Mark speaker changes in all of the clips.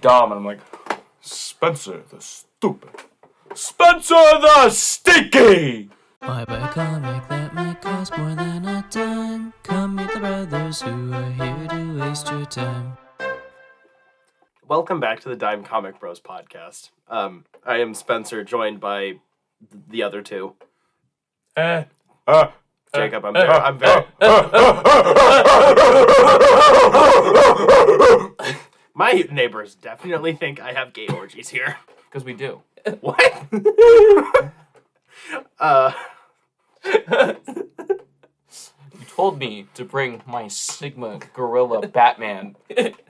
Speaker 1: dumb. And I'm like, Spencer the stupid. Spencer the stinky!
Speaker 2: Why buy a comic that might cost more than a dime? Come meet the brothers who are here to waste your time.
Speaker 3: Welcome back to the Dime Comic Bros podcast. Um, I am Spencer, joined by the other two.
Speaker 1: Eh. Uh,
Speaker 3: Jacob, I'm very, I'm very. My neighbors definitely think I have gay orgies here.
Speaker 4: Because we do.
Speaker 3: What? uh,
Speaker 4: You told me to bring my Sigma Gorilla Batman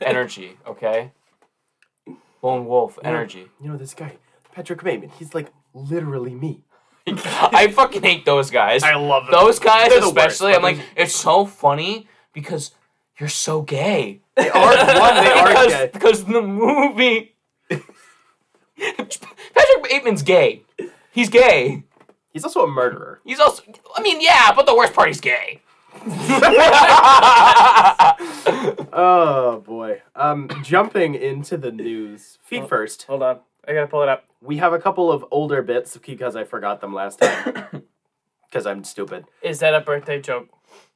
Speaker 4: energy, okay? Lone Wolf energy.
Speaker 3: you know this guy, Patrick Maimon. He's like literally me.
Speaker 4: I fucking hate those guys.
Speaker 3: I love them.
Speaker 4: those guys,
Speaker 3: They're the worst,
Speaker 4: especially. I'm
Speaker 3: but
Speaker 4: like, it's so funny because you're so gay.
Speaker 3: They are one. They are
Speaker 4: because,
Speaker 3: gay.
Speaker 4: because in the movie. Patrick Bateman's gay. He's gay.
Speaker 3: He's also a murderer.
Speaker 4: He's also. I mean, yeah, but the worst part, he's gay.
Speaker 3: Oh boy. Um, jumping into the news. Feet first.
Speaker 1: Hold on. I gotta pull it up.
Speaker 3: We have a couple of older bits because I forgot them last time. Because I'm stupid.
Speaker 1: Is that a birthday joke?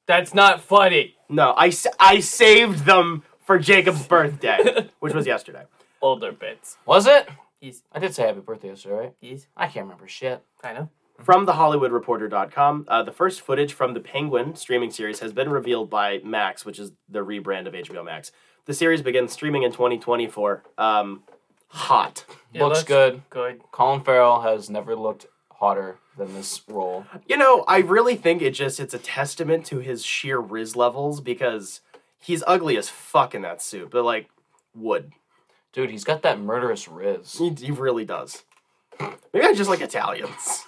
Speaker 1: That's not funny.
Speaker 3: No, I, s- I saved them for Jacob's birthday, which was yesterday.
Speaker 1: Older bits.
Speaker 4: Was it?
Speaker 1: He's,
Speaker 4: I did say happy birthday yesterday, right?
Speaker 1: he's,
Speaker 4: I can't remember shit.
Speaker 1: I know.
Speaker 3: From the HollywoodReporter.com, uh, the first footage from the Penguin streaming series has been revealed by Max, which is the rebrand of HBO Max. The series begins streaming in 2024. Um, hot.
Speaker 1: It
Speaker 4: looks good.
Speaker 1: Good.
Speaker 4: Colin Farrell has never looked hotter than this role.
Speaker 3: You know, I really think it just it's a testament to his sheer riz levels because he's ugly as fuck in that suit, but like wood.
Speaker 4: Dude, he's got that murderous riz.
Speaker 3: He, he really does. Maybe I just like Italians.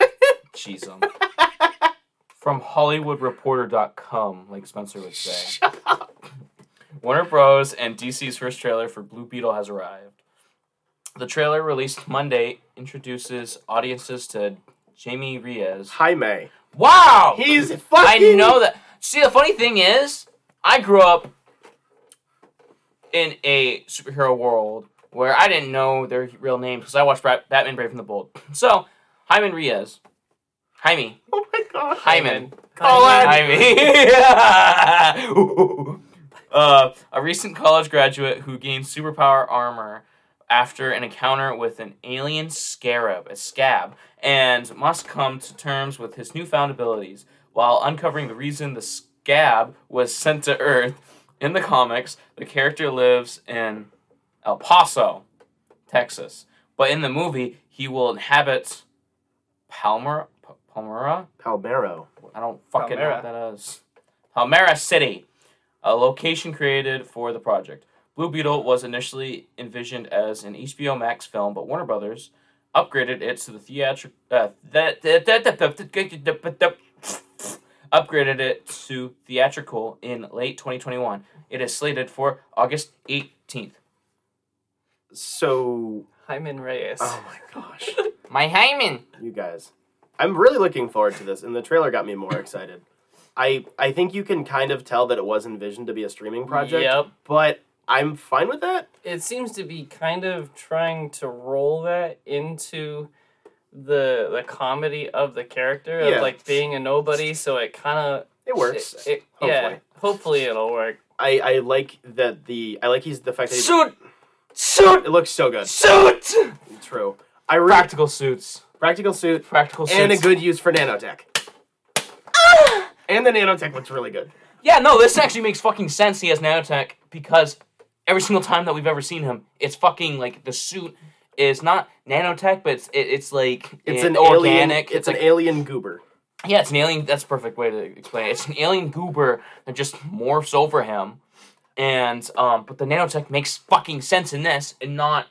Speaker 4: Cheese him. From HollywoodReporter.com, like Spencer would say. Warner Bros. and DC's first trailer for Blue Beetle has arrived. The trailer released Monday introduces audiences to Jamie Reyes.
Speaker 3: Jaime.
Speaker 4: Wow!
Speaker 3: He's
Speaker 4: I
Speaker 3: fucking
Speaker 4: know that. See, the funny thing is, I grew up in a superhero world where I didn't know their real names because I watched Bra- Batman Brave and the Bold. So, Hyman Riaz. Jaime.
Speaker 3: Oh my god.
Speaker 4: Hyman.
Speaker 3: Colin.
Speaker 4: Jaime. uh, a recent college graduate who gained superpower armor after an encounter with an alien scarab, a scab, and must come to terms with his newfound abilities while uncovering the reason the scab was sent to Earth. In the comics, the character lives in El Paso, Texas, but in the movie, he will inhabit Palmer, P- Palmyra,
Speaker 3: Palmero.
Speaker 4: I don't fucking know
Speaker 1: Palmera.
Speaker 4: what that is. Palmera City, a location created for the project. Blue Beetle was initially envisioned as an HBO Max film, but Warner Brothers upgraded it to the theatric uh, that that- that- that- that- that- that- that- that- that- upgraded it to theatrical in late 2021. It is slated for August 18th.
Speaker 3: So
Speaker 1: Hyman Reyes.
Speaker 3: Oh my gosh.
Speaker 4: My hymen.
Speaker 3: you guys. I'm really looking forward to this, and the trailer got me more excited. I I think you can kind of tell that it was envisioned to be a streaming project.
Speaker 1: Yep.
Speaker 3: But I'm fine with that.
Speaker 1: It seems to be kind of trying to roll that into the the comedy of the character
Speaker 3: Yeah.
Speaker 1: of like being a nobody, so it kind of
Speaker 3: It works.
Speaker 1: It, it- Yeah,
Speaker 3: Hopefully.
Speaker 1: hopefully it'll work.
Speaker 3: I, I like that the I like he's the fact that he,
Speaker 4: Suit, suit,
Speaker 3: it looks so good.
Speaker 4: suit.
Speaker 3: True. I re-
Speaker 4: Practical suits.
Speaker 3: practical suit
Speaker 4: Practical suits. Ah!
Speaker 3: and a good use for nanotech. and the nanotech looks really good.
Speaker 4: Yeah, no, this actually makes fucking sense. He has nanotech because every single time that we've ever seen him, it's fucking like the suit is not nanotech, but it's it, it's like
Speaker 3: It's
Speaker 4: it-
Speaker 3: an alien.
Speaker 4: organic.
Speaker 3: It's, an
Speaker 4: like,
Speaker 3: alien goober.
Speaker 4: yeah, it's an alien. That's a perfect way to explain it. It's an alien goober that just morphs over him, and um, but the nanotech makes fucking sense in this, and not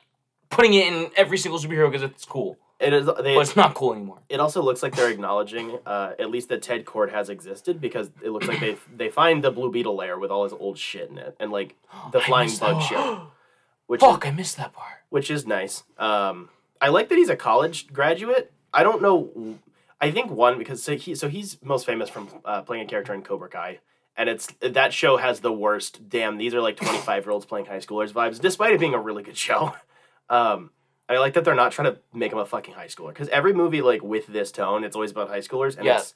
Speaker 4: putting it in every single superhero because it's cool,
Speaker 3: It is. They,
Speaker 4: but it's not cool anymore.
Speaker 3: it also looks like they're acknowledging uh, at least that Ted Cord has existed because it looks like they they find the Blue Beetle lair with all his old shit in it and like the
Speaker 4: I
Speaker 3: flying
Speaker 4: missed
Speaker 3: bug
Speaker 4: that.
Speaker 3: ship, which
Speaker 4: Fuck, I missed that part.
Speaker 3: which is nice. Um, I like that he's a college graduate. I don't know. I think one because so he so he's most famous from uh, playing a character in Cobra Kai, and it's that show has the worst. Damn, these are like twenty five year olds playing high schoolers vibes, despite it being a really good show. Um, I like that they're not trying to make him a fucking high schooler because every movie like with this tone, it's always about high schoolers, and
Speaker 4: Yeah.
Speaker 3: it's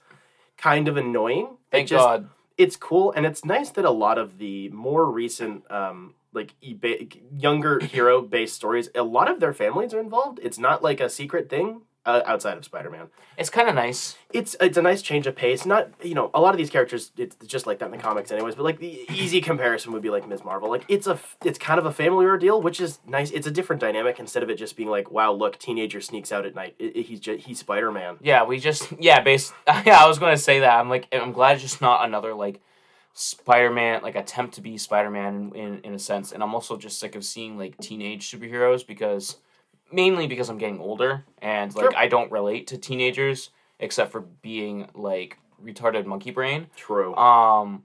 Speaker 3: kind of annoying. It
Speaker 4: Thank
Speaker 3: just-
Speaker 4: God.
Speaker 3: it's cool and it's nice that a lot of the more recent um like eba- younger hero based stories a lot of their families are involved it's not like a secret thing uh, outside of spider-man
Speaker 4: It's kind of nice.
Speaker 3: it's it's a nice change of pace not you know a lot of these characters it's just like that in the comics anyways but like the easy comparison would be like ms marvel like it's a f- it's kind of a family ordeal which is nice it's a different dynamic instead of it just being like wow look teenager sneaks out at night I- I- he's just, he's spider-man
Speaker 4: Yeah, we just yeah, based yeah, I was gonna say that. I'm like I'm glad it's just not another like Spider Man like attempt to be Spider Man in, in in a sense. And I'm also just sick of seeing like teenage superheroes because mainly because I'm getting older and like
Speaker 3: Sure.
Speaker 4: I don't relate to teenagers except for being like retarded monkey brain.
Speaker 3: true
Speaker 4: Um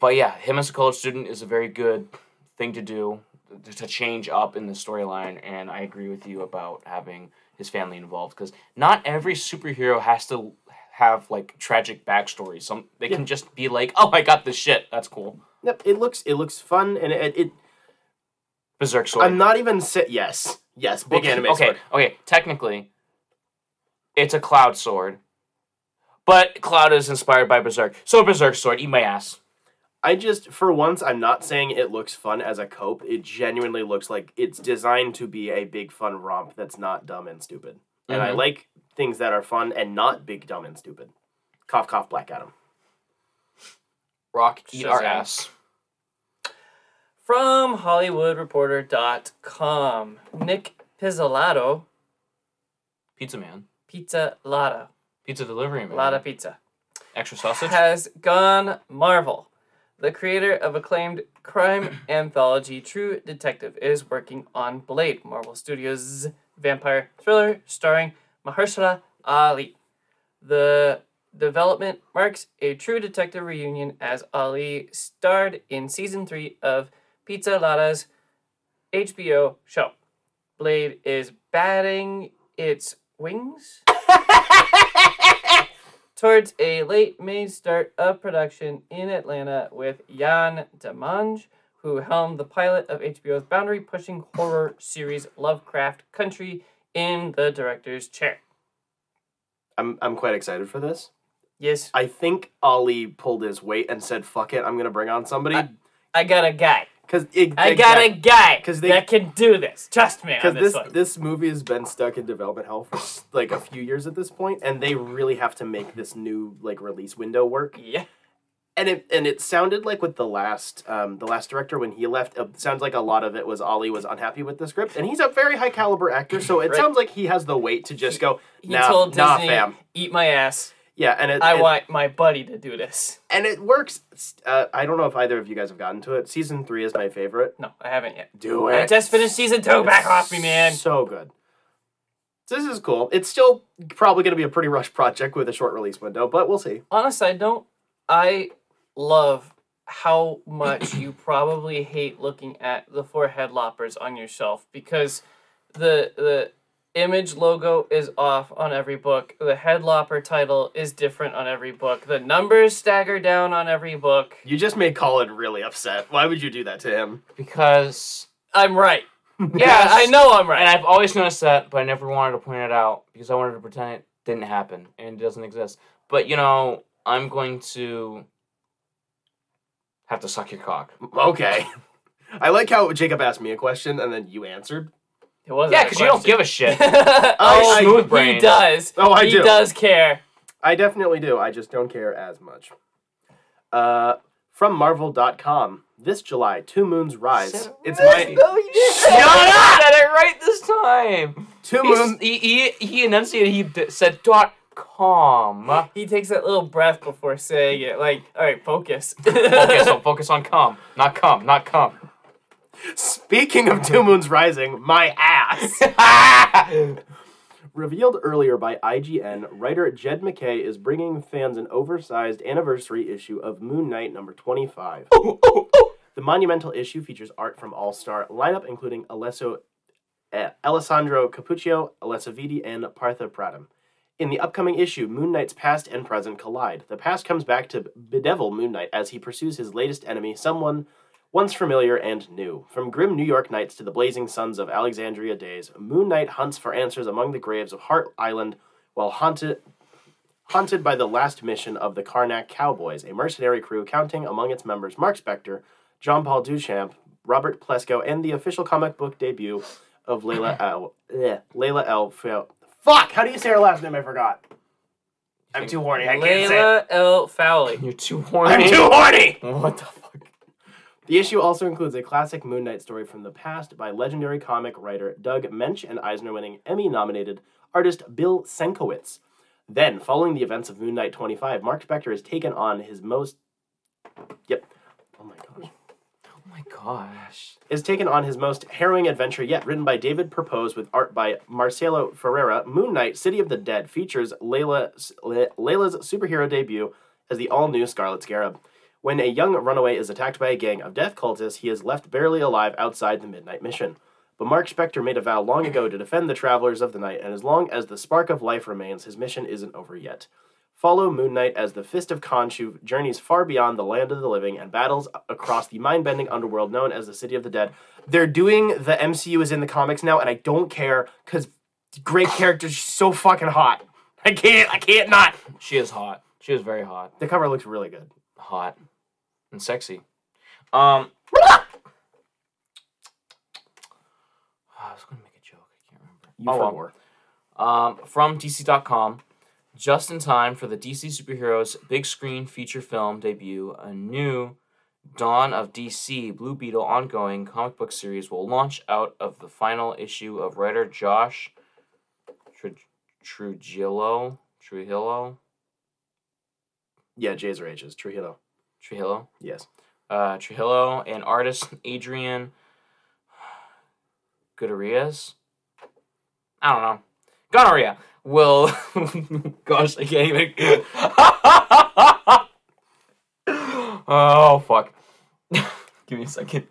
Speaker 4: but yeah, him as a college student is a very good thing to do to- to change up in the storyline and I agree with you about having his family involved cuz not every superhero has to have like tragic backstories. Some they can just be like, "Oh, I got this shit. That's cool."
Speaker 3: yep it looks it looks fun and it, it
Speaker 4: Berserk sword.
Speaker 3: I'm not even si- yes. Yes, big
Speaker 4: okay,
Speaker 3: anime
Speaker 4: Okay,
Speaker 3: sword.
Speaker 4: okay. Technically, it's a cloud sword, but cloud is inspired by berserk. So berserk sword, eat my ass.
Speaker 3: I just for once I'm not saying it looks fun as a cope. It genuinely looks like it's designed to be a big fun romp that's not dumb and stupid. And I
Speaker 1: Mm-hmm.
Speaker 4: Mhm.
Speaker 3: like things that are fun and not big dumb and stupid. Cough cough black Adam.
Speaker 4: Rock, eat our
Speaker 1: Shazam.
Speaker 4: ass.
Speaker 1: From HollywoodReporter.com, Nick Pizzolatto,
Speaker 4: Pizza man.
Speaker 1: Pizza Latta,
Speaker 4: Pizza delivery man.
Speaker 1: Latta Pizza,
Speaker 4: extra sausage.
Speaker 1: has gone Marvel. The creator of acclaimed crime anthology True Detective is working on Blade, Marvel Studios' vampire thriller starring Mahershala Ali. The development marks a True Detective reunion as Ali starred in season 3 of Pizza Lada's HBO show. Blade is batting its wings towards a late May start of production in Atlanta with Jan Demange, who helmed the pilot of HBO's boundary pushing horror series Lovecraft Country in the director's chair.
Speaker 3: I'm I'm quite excited for this.
Speaker 1: Yes,
Speaker 3: I think Ali pulled his weight and said, "Fuck it, I'm gonna bring on somebody."
Speaker 1: I got a guy.
Speaker 3: Because it,
Speaker 1: I got a guy
Speaker 3: 'Cause they-
Speaker 1: that can do this. Trust me on
Speaker 3: because
Speaker 1: this,
Speaker 3: this
Speaker 1: one.
Speaker 3: this movie has been stuck in development hell for s- like a few years at this point, and they really have to make this new like release window work.
Speaker 1: yeah.
Speaker 3: and it and it sounded like with the last um, the last director when he left uh, sounds like a lot of it was Ollie was unhappy with the script and he's a very high caliber actor so it
Speaker 1: Right.
Speaker 3: sounds like he has the weight to just go
Speaker 1: He
Speaker 3: nah,
Speaker 1: told
Speaker 3: nah
Speaker 1: Disney,
Speaker 3: fam
Speaker 1: eat my ass.
Speaker 3: yeah and it,
Speaker 1: I
Speaker 3: it-
Speaker 1: want my buddy to do this.
Speaker 3: and it works S- uh, I don't know if either of you guys have gotten to it season three is my favorite
Speaker 1: No, I haven't yet.
Speaker 3: do
Speaker 1: I just finished season two. Back off me, man.
Speaker 3: so good So this is cool it's still probably going to be a pretty rushed project with a short release window but we'll see
Speaker 1: on a side note, I love how much you probably hate looking at the four head loppers on your shelf because the the image logo is off on every book. The head lopper title is different on every book. The numbers stagger down on every book.
Speaker 3: you just made Colin really upset why would you do that to him
Speaker 4: Because
Speaker 1: I'm right. Yeah,
Speaker 4: Yes.
Speaker 1: I know I'm right.
Speaker 4: and I've always noticed that, but I never wanted to point it out because I wanted to pretend it didn't happen and it doesn't exist. But you know, I'm going to have to suck your cock.
Speaker 3: Okay. I like how Jacob asked me a question and then you answered.
Speaker 1: it wasn't
Speaker 4: Yeah,
Speaker 1: a
Speaker 4: because you don't
Speaker 1: question.
Speaker 4: give a shit.
Speaker 1: oh,
Speaker 3: I-
Speaker 4: smooth
Speaker 1: he
Speaker 4: brain.
Speaker 1: does.
Speaker 3: Oh, I
Speaker 1: he
Speaker 3: do.
Speaker 1: does care.
Speaker 3: I definitely do. I just don't care as much. Uh, from Marvel.com, this July, Two Moons Rise. It's my
Speaker 4: Shut up! I said it right this time.
Speaker 3: Two
Speaker 4: He's-
Speaker 3: Moons.
Speaker 4: He, he, he enunciated. He d- said dot com.
Speaker 1: He takes that little breath before saying it. Like, all right, focus.
Speaker 4: Focus on focus on com, not cum, not cum.
Speaker 3: Speaking of Two Moons Rising, my ass. Revealed earlier by IGN, writer Jed McKay is bringing fans an oversized anniversary issue of Moon Knight number 25. The monumental issue features art from All Star lineup, including Alesso, eh, Alessandro Capuccio, Alessa Vidi, and Partha Pradham. In the upcoming issue, Moon Knight's past and present collide. The past comes back to bedevil Moon Knight as he pursues his latest enemy, someone once familiar and new. From grim New York nights to the blazing suns of Alexandria days, Moon Knight hunts for answers among the graves of Heart Island while haunted haunted by the last mission of the Karnak Cowboys, a mercenary crew counting among its members Mark Spector, Jean Paul Duchamp, Robert Plesko, and the official comic book debut of Layla L. Ugh, Layla L. Fel- Fuck! How do you say her last name? I forgot. I'm too horny. I can't say it.
Speaker 1: Layla L. Fowley.
Speaker 4: You're too horny.
Speaker 3: I'm too horny!
Speaker 4: What the fuck?
Speaker 3: The issue also includes a classic Moon Knight story from the past by legendary comic writer Doug Mensch and Eisner winning Emmy nominated artist Bill Senkowitz. Then, following the events of Moon Knight 25, Mark Spector has taken on his most. Yep. Oh my gosh
Speaker 4: Oh my gosh.
Speaker 3: is taken on his most harrowing adventure yet, written by David Propose with art by Marcelo Ferreira. Moon Knight, City of the Dead, features Layla, Le- Layla's superhero debut as the all new Scarlet Scarab. When a young runaway is attacked by a gang of death cultists, he is left barely alive outside the Midnight Mission. But Mark Spector made a vow long ago to defend the travelers of the night, and as long as the spark of life remains, his mission isn't over yet. Follow Moon Knight as the Fist of Khonshu journeys far beyond the land of the living and battles across the mind-bending underworld known as the City of the Dead. They're doing the MCU is in the comics now, and I don't care because great characters she's so fucking hot. I can't, I can't not.
Speaker 4: She is hot. She is very hot.
Speaker 3: The cover looks really good.
Speaker 4: Hot. And sexy. Um. I was going to make a joke. I can't remember.
Speaker 3: You
Speaker 4: Oh, well.
Speaker 3: forgot.
Speaker 4: um, from DC.com. Just in time for the DC superheroes big screen feature film debut, a new Dawn of DC Blue Beetle ongoing comic book series will launch out of the final issue of writer Josh Tru- Trujillo. Trujillo?
Speaker 3: Yeah, J's or H's. Trujillo.
Speaker 4: Trujillo?
Speaker 3: Yes.
Speaker 4: uh, Trujillo and artist Adrian Gonorrhea's. I don't know. Gonorrhea will. Gosh, I can't even. oh fuck! Give me a second.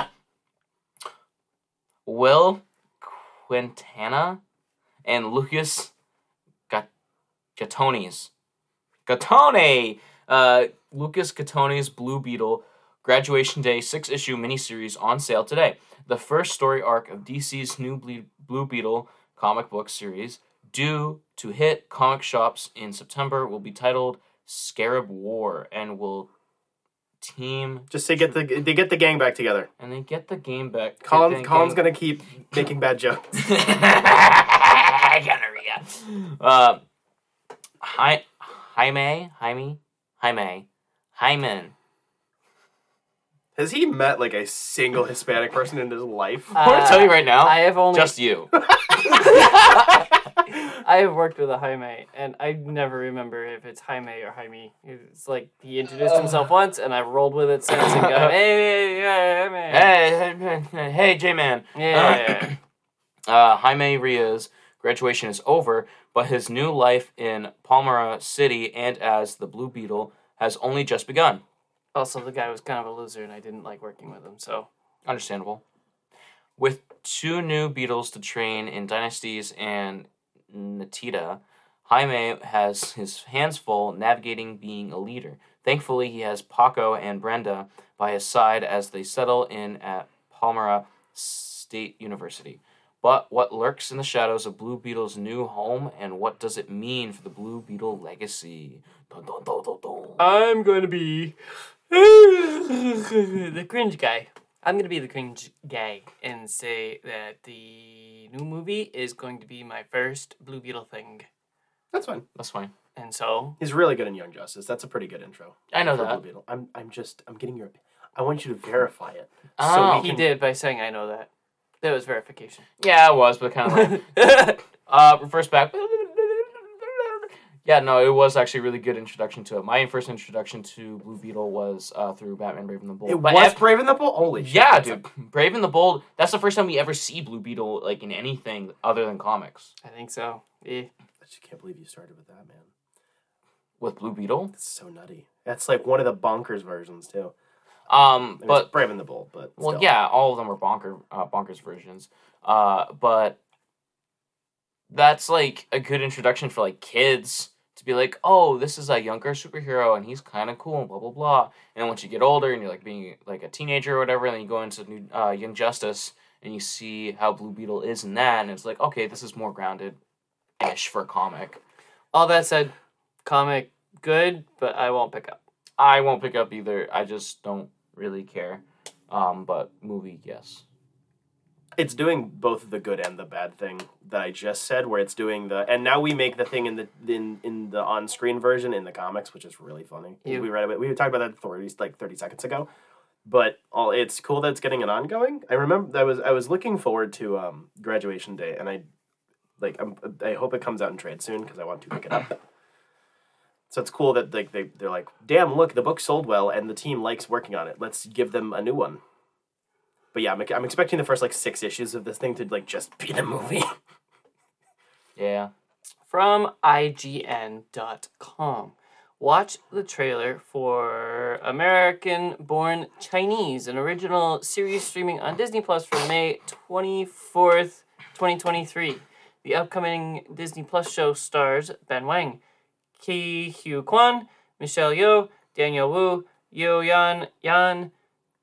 Speaker 4: Will Quintana and Lucas Gat- Gatonis Gattone, uh, Lucas Gattone's Blue Beetle graduation day six issue miniseries on sale today. The first story arc of DC's new Ble- Blue Beetle comic book series, due to hit comic shops in September, will be titled Scarab War and will team
Speaker 3: Just say get the they get the gang back together.
Speaker 4: and they get the game back.
Speaker 3: Colin,
Speaker 4: get the
Speaker 3: Colin's
Speaker 4: game-
Speaker 3: gonna keep making bad jokes.
Speaker 4: gonorrhea. Uh, Hi, Jaime, Jaime, Jaime, Hyman.
Speaker 3: Has he met like a single Hispanic person in his life?
Speaker 4: I want to tell you right now,
Speaker 1: I have only
Speaker 4: just you.
Speaker 1: I have worked with a Jaime, and I never remember if it's Jaime or Jaime. It's like he introduced himself once, and I've rolled with it since. And go, hey, hey, hey, Jaime."
Speaker 4: hey, hey, hey, hey, J-Man.
Speaker 1: yeah.
Speaker 4: Uh, Jaime Rios' graduation is over, but his new life in Palmyra City and as the Blue Beetle has only just begun.
Speaker 1: also, the guy was kind of a loser, and I didn't like working with him. So
Speaker 4: Understandable. With two new Beatles to train in Dynasties and Natita, Jaime has his hands full navigating being a leader. Thankfully, he has Paco and Brenda by his side as they settle in at Palmyra State University. But what lurks in the shadows of Blue Beetle's new home, and what does it mean for the Blue Beetle legacy? Dun, dun, dun, dun, dun.
Speaker 3: Uh,
Speaker 1: I'm gonna be the cringe guy. I'm gonna be the cringe guy and say that the new movie is going to be my first Blue Beetle thing.
Speaker 3: That's fine.
Speaker 4: That's fine.
Speaker 1: And so
Speaker 3: He's really good in Young Justice. That's a pretty good intro.
Speaker 4: I know
Speaker 3: for
Speaker 4: that.
Speaker 3: Blue Beetle. I'm I'm just I'm getting your I want you to verify it.
Speaker 4: Oh.
Speaker 1: he did by saying, "I know that." That was verification.
Speaker 4: Yeah, it was, but kind of lame. Uh, reverse back. Yeah, no, it was actually a really good introduction to it. My first introduction to Blue Beetle was uh, through Batman Brave and the Bold.
Speaker 3: It
Speaker 4: But
Speaker 3: was
Speaker 4: ev-
Speaker 3: Brave and the Bold. Holy shit.
Speaker 4: yeah,
Speaker 3: that's a-
Speaker 4: dude. Brave and the Bold, that's the first time we ever see Blue Beetle like in anything other than comics.
Speaker 1: I think so. Eh.
Speaker 3: I just can't believe you started with that, man.
Speaker 4: With Blue Beetle?
Speaker 3: That's so nutty. That's like one of the bonkers versions too.
Speaker 4: Um,
Speaker 3: I mean,
Speaker 4: but
Speaker 3: it's Brave and the Bold, but
Speaker 4: well,
Speaker 3: still.
Speaker 4: yeah, all of them are bonker uh, bonkers versions. Uh, but that's like a good introduction for like kids to be like, oh, this is a younger superhero and he's kind of cool and blah blah blah. And then once you get older and you're like being like a teenager or whatever, and then you go into new uh, Young Justice and you see how Blue Beetle is in that, and it's like, okay, this is more grounded ish for a comic.
Speaker 1: All that said, comic good, but I won't pick up.
Speaker 4: I won't pick up either. I just don't really care. Um, but movie, yes.
Speaker 3: it's doing both the good and the bad thing that I just said, where it's doing the and now we make the thing in the in in the on screen version in the comics, which is really funny.
Speaker 1: Yeah.
Speaker 3: We read about we talked about that thirty like thirty seconds ago, but all it's cool that it's getting an ongoing. I remember I was I was looking forward to um, graduation day, and I like I'm, I hope it comes out in trade soon because I want to pick it up. So it's cool that like they they're like, damn, look, the book sold well, and the team likes working on it. Let's give them a new one. But yeah, I'm, I'm expecting the first like six issues of this thing to like just be the movie.
Speaker 4: Yeah.
Speaker 1: From IGN.com. Watch the trailer for American Born Chinese, an original series streaming on Disney Plus from May 24th, 2023. The upcoming Disney Plus show stars Ben Wang, Ki Hugh Kwan, Michelle Yeoh, Daniel Wu, Yo Yan Yan,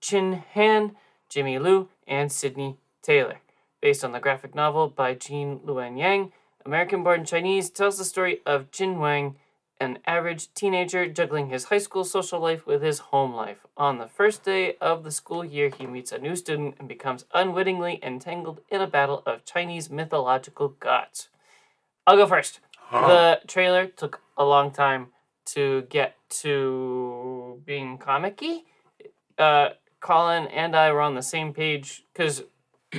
Speaker 1: Chin Han, Jimmy Liu, and Sydney Taylor. Based on the graphic novel by Jean Luen Yang, American Born Chinese tells the story of Jin Wang, an average teenager juggling his high school social life with his home life. On the first day of the school year, he meets a new student and becomes unwittingly entangled in a battle of Chinese mythological gods. I'll go first. The trailer took a long time to get to being comic Uh, Colin and I were on the same page because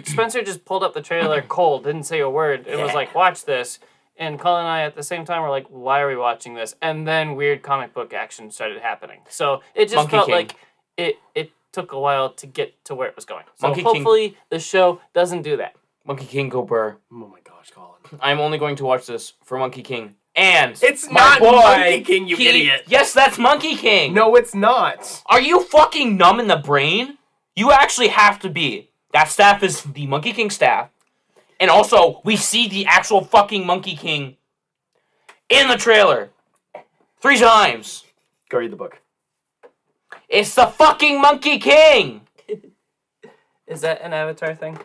Speaker 1: Spencer just pulled up the trailer cold, didn't say a word, and was like, watch this. And Colin and I at the same time were like, why are we watching this? And then weird comic book action started happening. So it just
Speaker 4: Monkey
Speaker 1: felt
Speaker 4: King.
Speaker 1: like it, it took a while to get to where it was going. So
Speaker 4: Monkey King.
Speaker 1: hopefully the show doesn't do that.
Speaker 4: Monkey King Go Burr.
Speaker 3: oh my gosh, Colin!
Speaker 4: I'm only going to watch this for Monkey King. And
Speaker 3: It's
Speaker 4: my
Speaker 3: not
Speaker 4: boy,
Speaker 3: Monkey King, you
Speaker 4: he-
Speaker 3: idiot.
Speaker 4: Yes, that's Monkey King.
Speaker 3: No, it's not.
Speaker 4: Are you fucking numb in the brain? You actually have to be. That staff is the Monkey King staff. And also, we see the actual fucking Monkey King in the trailer. Three times.
Speaker 3: Go read the book.
Speaker 4: It's the fucking Monkey King!
Speaker 1: Is that an Avatar thing?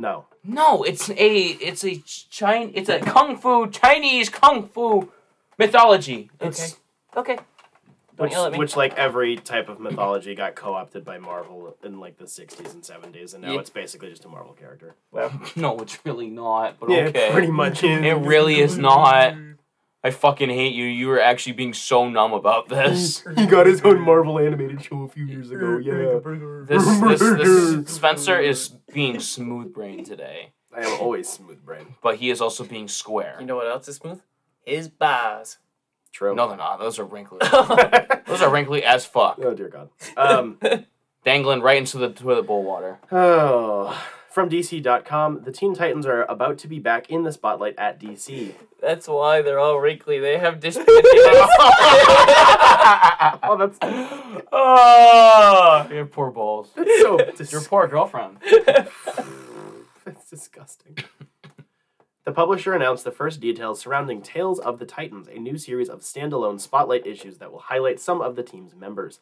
Speaker 3: No,
Speaker 4: No, it's a it's a Chine it's a kung fu Chinese kung fu mythology. It's
Speaker 1: Okay.
Speaker 3: which,
Speaker 1: yell at me.
Speaker 3: which like every type of mythology got co-opted by Marvel in like the '60s and '70s, and now
Speaker 4: Yeah.
Speaker 3: it's basically just a Marvel character.
Speaker 4: no, it's really not. But
Speaker 3: Yeah,
Speaker 4: okay,
Speaker 3: pretty much.
Speaker 4: it really is not. I fucking hate you. You were actually being so numb about this.
Speaker 3: He got his own Marvel animated show a few years ago. Yeah,
Speaker 4: This this this Spencer is being smooth brained today,
Speaker 3: I am always smooth brain.
Speaker 4: but he is also being square.
Speaker 1: You know what else is smooth? His bars.
Speaker 3: True.
Speaker 4: No, they're not. Those are wrinkly.
Speaker 3: oh
Speaker 4: Those are wrinkly as fuck.
Speaker 3: dear God. Um.
Speaker 4: Dangling right into the toilet bowl water.
Speaker 3: Oh. From DC.com, the Teen Titans are about to be back in the spotlight at DC.
Speaker 1: That's why they're all wrinkly. They have dysplasia.
Speaker 3: Oh, that's
Speaker 4: oh, your poor balls.
Speaker 3: so
Speaker 4: Your
Speaker 3: dis-
Speaker 4: poor girlfriend.
Speaker 3: that's disgusting. The publisher announced the first details surrounding Tales of the Titans, a new series of standalone spotlight issues that will highlight some of the team's members.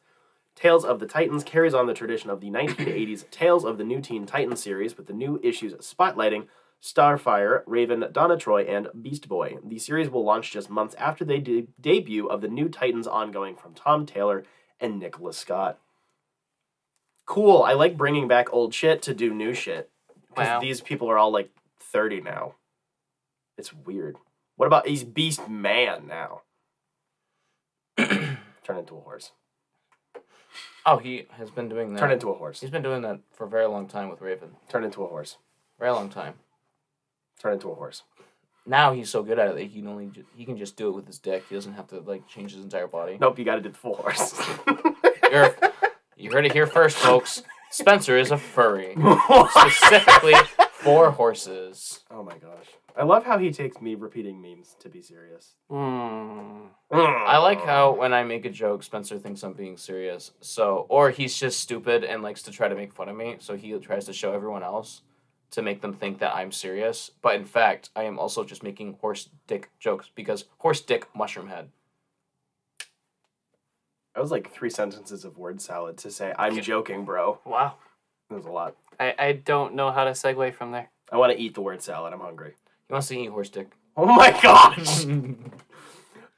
Speaker 3: Tales of the Titans carries on the tradition of the 1980s Tales of the New Teen Titans series with the new issues spotlighting Starfire, Raven, Donna Troy, and Beast Boy. The series will launch just months after the de- debut of the New Titans ongoing from Tom Taylor and Nicholas Scott. Cool. I like bringing back old shit to do new shit. Because
Speaker 1: Wow.
Speaker 3: these people are all like 30 now. It's weird. What about he's Beast Man now? Turn into a horse.
Speaker 4: Oh, he has been doing that.
Speaker 3: Turn into a horse.
Speaker 4: He's been doing that for a very long time with Raven.
Speaker 3: Turn into a horse.
Speaker 4: Very long time.
Speaker 3: Turn into a horse.
Speaker 4: Now he's so good at it that he can only ju- he can just do it with his dick. He doesn't have to like change his entire body.
Speaker 3: Nope, you gotta do the full horse.
Speaker 4: You're- you heard it here first, folks. Spencer is a furry, specifically for horses.
Speaker 3: Oh my gosh. I love how he takes me repeating memes to be serious.
Speaker 1: Hmm.
Speaker 4: I like how when I make a joke, Spencer thinks I'm being serious. So, or he's just stupid and likes to try to make fun of me. So he tries to show everyone else to make them think that I'm serious. But in fact, I am also just making horse dick jokes because horse dick mushroom head.
Speaker 3: That was like three sentences of word salad to say, I'm joking, bro.
Speaker 1: Wow.
Speaker 3: That was a lot.
Speaker 1: I, I don't know how to segue from there.
Speaker 3: I want to eat the word salad. I'm hungry.
Speaker 4: He wants to eat horse dick.
Speaker 3: Oh my gosh. um,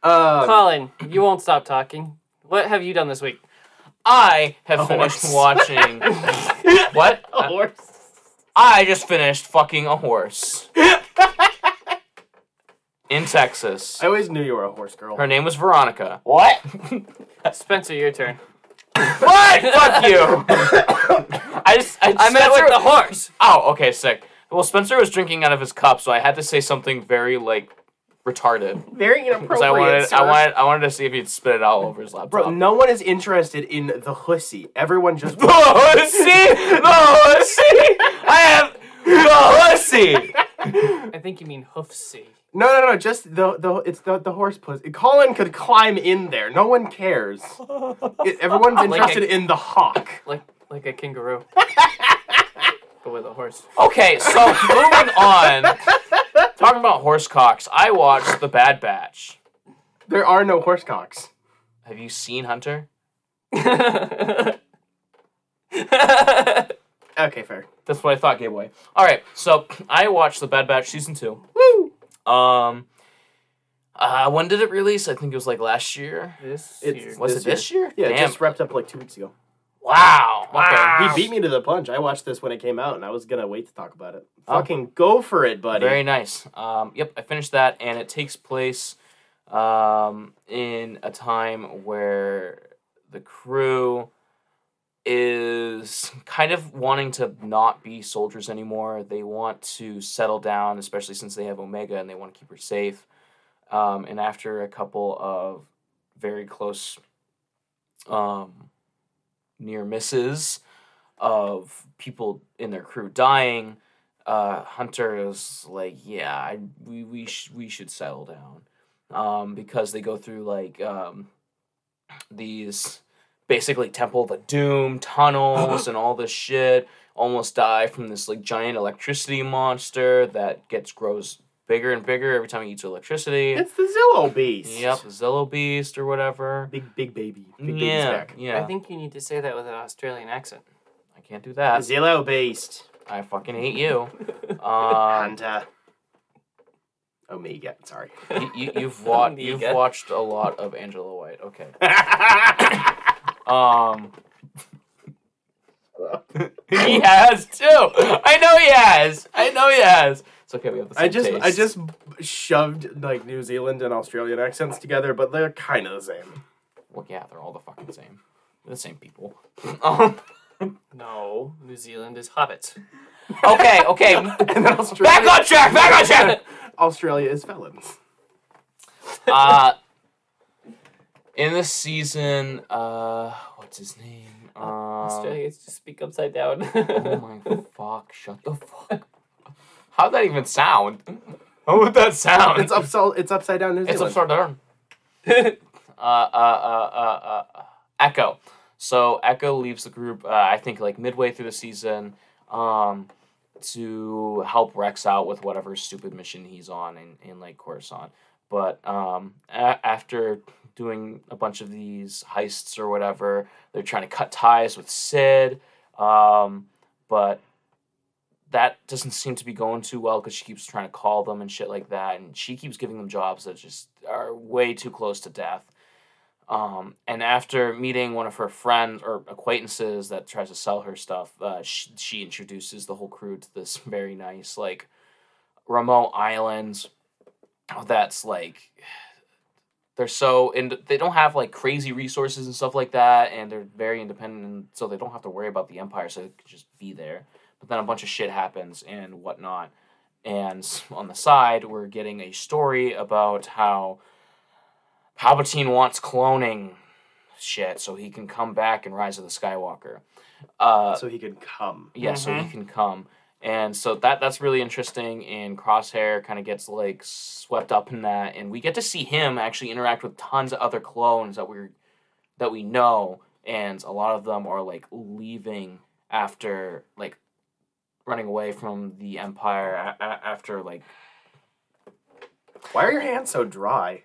Speaker 1: Colin, you won't stop talking. What have you done this week?
Speaker 4: I have finished
Speaker 3: horse.
Speaker 4: watching. what? Uh, I just finished fucking a horse in Texas.
Speaker 3: I always knew you were a horse girl.
Speaker 4: Her name was Veronica.
Speaker 3: what?
Speaker 1: Spencer, your turn.
Speaker 4: What? Fuck you. I just I,
Speaker 1: I met
Speaker 4: Spencer-
Speaker 1: with the horse.
Speaker 4: Oh, okay, sick. Well, Spencer was drinking out of his cup, so I had to say something very like retarded
Speaker 3: Very
Speaker 4: because
Speaker 3: inappropriate.
Speaker 4: I wanted
Speaker 3: sir.
Speaker 4: I wanted I wanted to see if he'd spit it all over his laptop.
Speaker 3: Bro, no one is interested in the hussy. Everyone just.
Speaker 4: The hussy, the hussy. I have the hussy.
Speaker 1: I think you mean hoofsy.
Speaker 3: No, no, no. Just the the it's the the horse pussy. Colin could climb in there. No one cares. It- everyone's
Speaker 1: a-
Speaker 3: interested in the hawk.
Speaker 1: Like like a kangaroo. but with a horse.
Speaker 4: Okay, so moving on. Talking about horse cocks, I watched The Bad Batch.
Speaker 3: There are no horse cocks.
Speaker 4: Have you seen Hunter?
Speaker 3: Okay, fair.
Speaker 4: That's what I thought, gay boy. All right, so I watched The Bad Batch season two.
Speaker 3: Woo!
Speaker 4: Um, uh, when did it release? I think it was like last year.
Speaker 1: this year.
Speaker 4: Was it this year?
Speaker 3: Yeah, it
Speaker 4: Damn.
Speaker 3: just wrapped up like two weeks ago.
Speaker 4: Wow. Okay.
Speaker 3: He beat me to the punch. I watched this when it came out, and I was gonna wait to talk about it. Fucking go for it, buddy.
Speaker 4: Oh. Very nice. Um, yep, I finished that, and it takes place um, in a time where the crew is kind of wanting to not be soldiers anymore. They want to settle down, especially since they have Omega and they want to keep her safe. Um, and after a couple of very close um, near misses of people in their crew dying, uh, Hunter is like, yeah, I, we we sh- we should settle down, um, because they go through like um, these basically temple of the doom tunnels and all this shit. Almost die from this like giant electricity monster that gets grows bigger and bigger every time he eats electricity.
Speaker 3: It's the Zillow Beast.
Speaker 4: Yep, Zillow Beast or whatever.
Speaker 3: Big big baby. Big baby's
Speaker 4: yeah,
Speaker 3: back.
Speaker 4: yeah.
Speaker 1: I think you need to say that with an Australian accent.
Speaker 4: I can't do that.
Speaker 3: Zillow Beast.
Speaker 4: I fucking hate you. Um,
Speaker 3: And uh Omega, sorry.
Speaker 4: you, you, you've watched. You've
Speaker 1: Omega.
Speaker 4: watched a lot of Angela White. Okay. Um. he has too. I know he has. I know he has. It's okay. We have the same
Speaker 3: I just I
Speaker 4: taste.
Speaker 3: just shoved like New Zealand and Australian accents together, but they're kind of the same.
Speaker 4: Well, yeah, they're all the fucking same. They're the same people. um,
Speaker 1: No, New Zealand is hobbits.
Speaker 4: okay. Okay.
Speaker 3: And then Australia,
Speaker 4: Back on track. Back on track.
Speaker 3: Australia is felons.
Speaker 4: uh, in this season, uh, what's his name? Um,
Speaker 3: Uh,
Speaker 1: Australians just speak upside down.
Speaker 4: Oh my fuck! Shut the fuck. up. How'd that even sound? How would that sound?
Speaker 3: It's upside it's upside down New
Speaker 4: It's
Speaker 3: Zealand.
Speaker 4: absurd. uh, uh, uh, uh, uh, Echo. So Echo leaves the group. Uh, I think like midway through the season, um, to help Rex out with whatever stupid mission he's on in in like Coruscant. But um, a- after doing a bunch of these heists or whatever, they're trying to cut ties with Sid. Um, but that doesn't seem to be going too well because she keeps trying to call them and shit like that, and she keeps giving them jobs that just are way too close to death. Um, and after meeting one of her friends or acquaintances that tries to sell her stuff, uh, she, she introduces the whole crew to this very nice, like, remote island that's like they're so and they don't have like crazy resources and stuff like that and they're very independent and so they don't have to worry about the empire so they can just be there but then a bunch of shit happens and whatnot. And on the side, we're getting a story about how Palpatine wants cloning shit so he can come back in Rise of the Skywalker. Uh,
Speaker 3: so he could come.
Speaker 1: Mm-hmm.
Speaker 4: yeah, so he can come. And so that that's really interesting. And Crosshair kind of gets like swept up in that, and we get to see him actually interact with tons of other clones that we're that we know, and a lot of them are like leaving after like running away from the Empire a- a- after like
Speaker 3: Why are your hands so dry?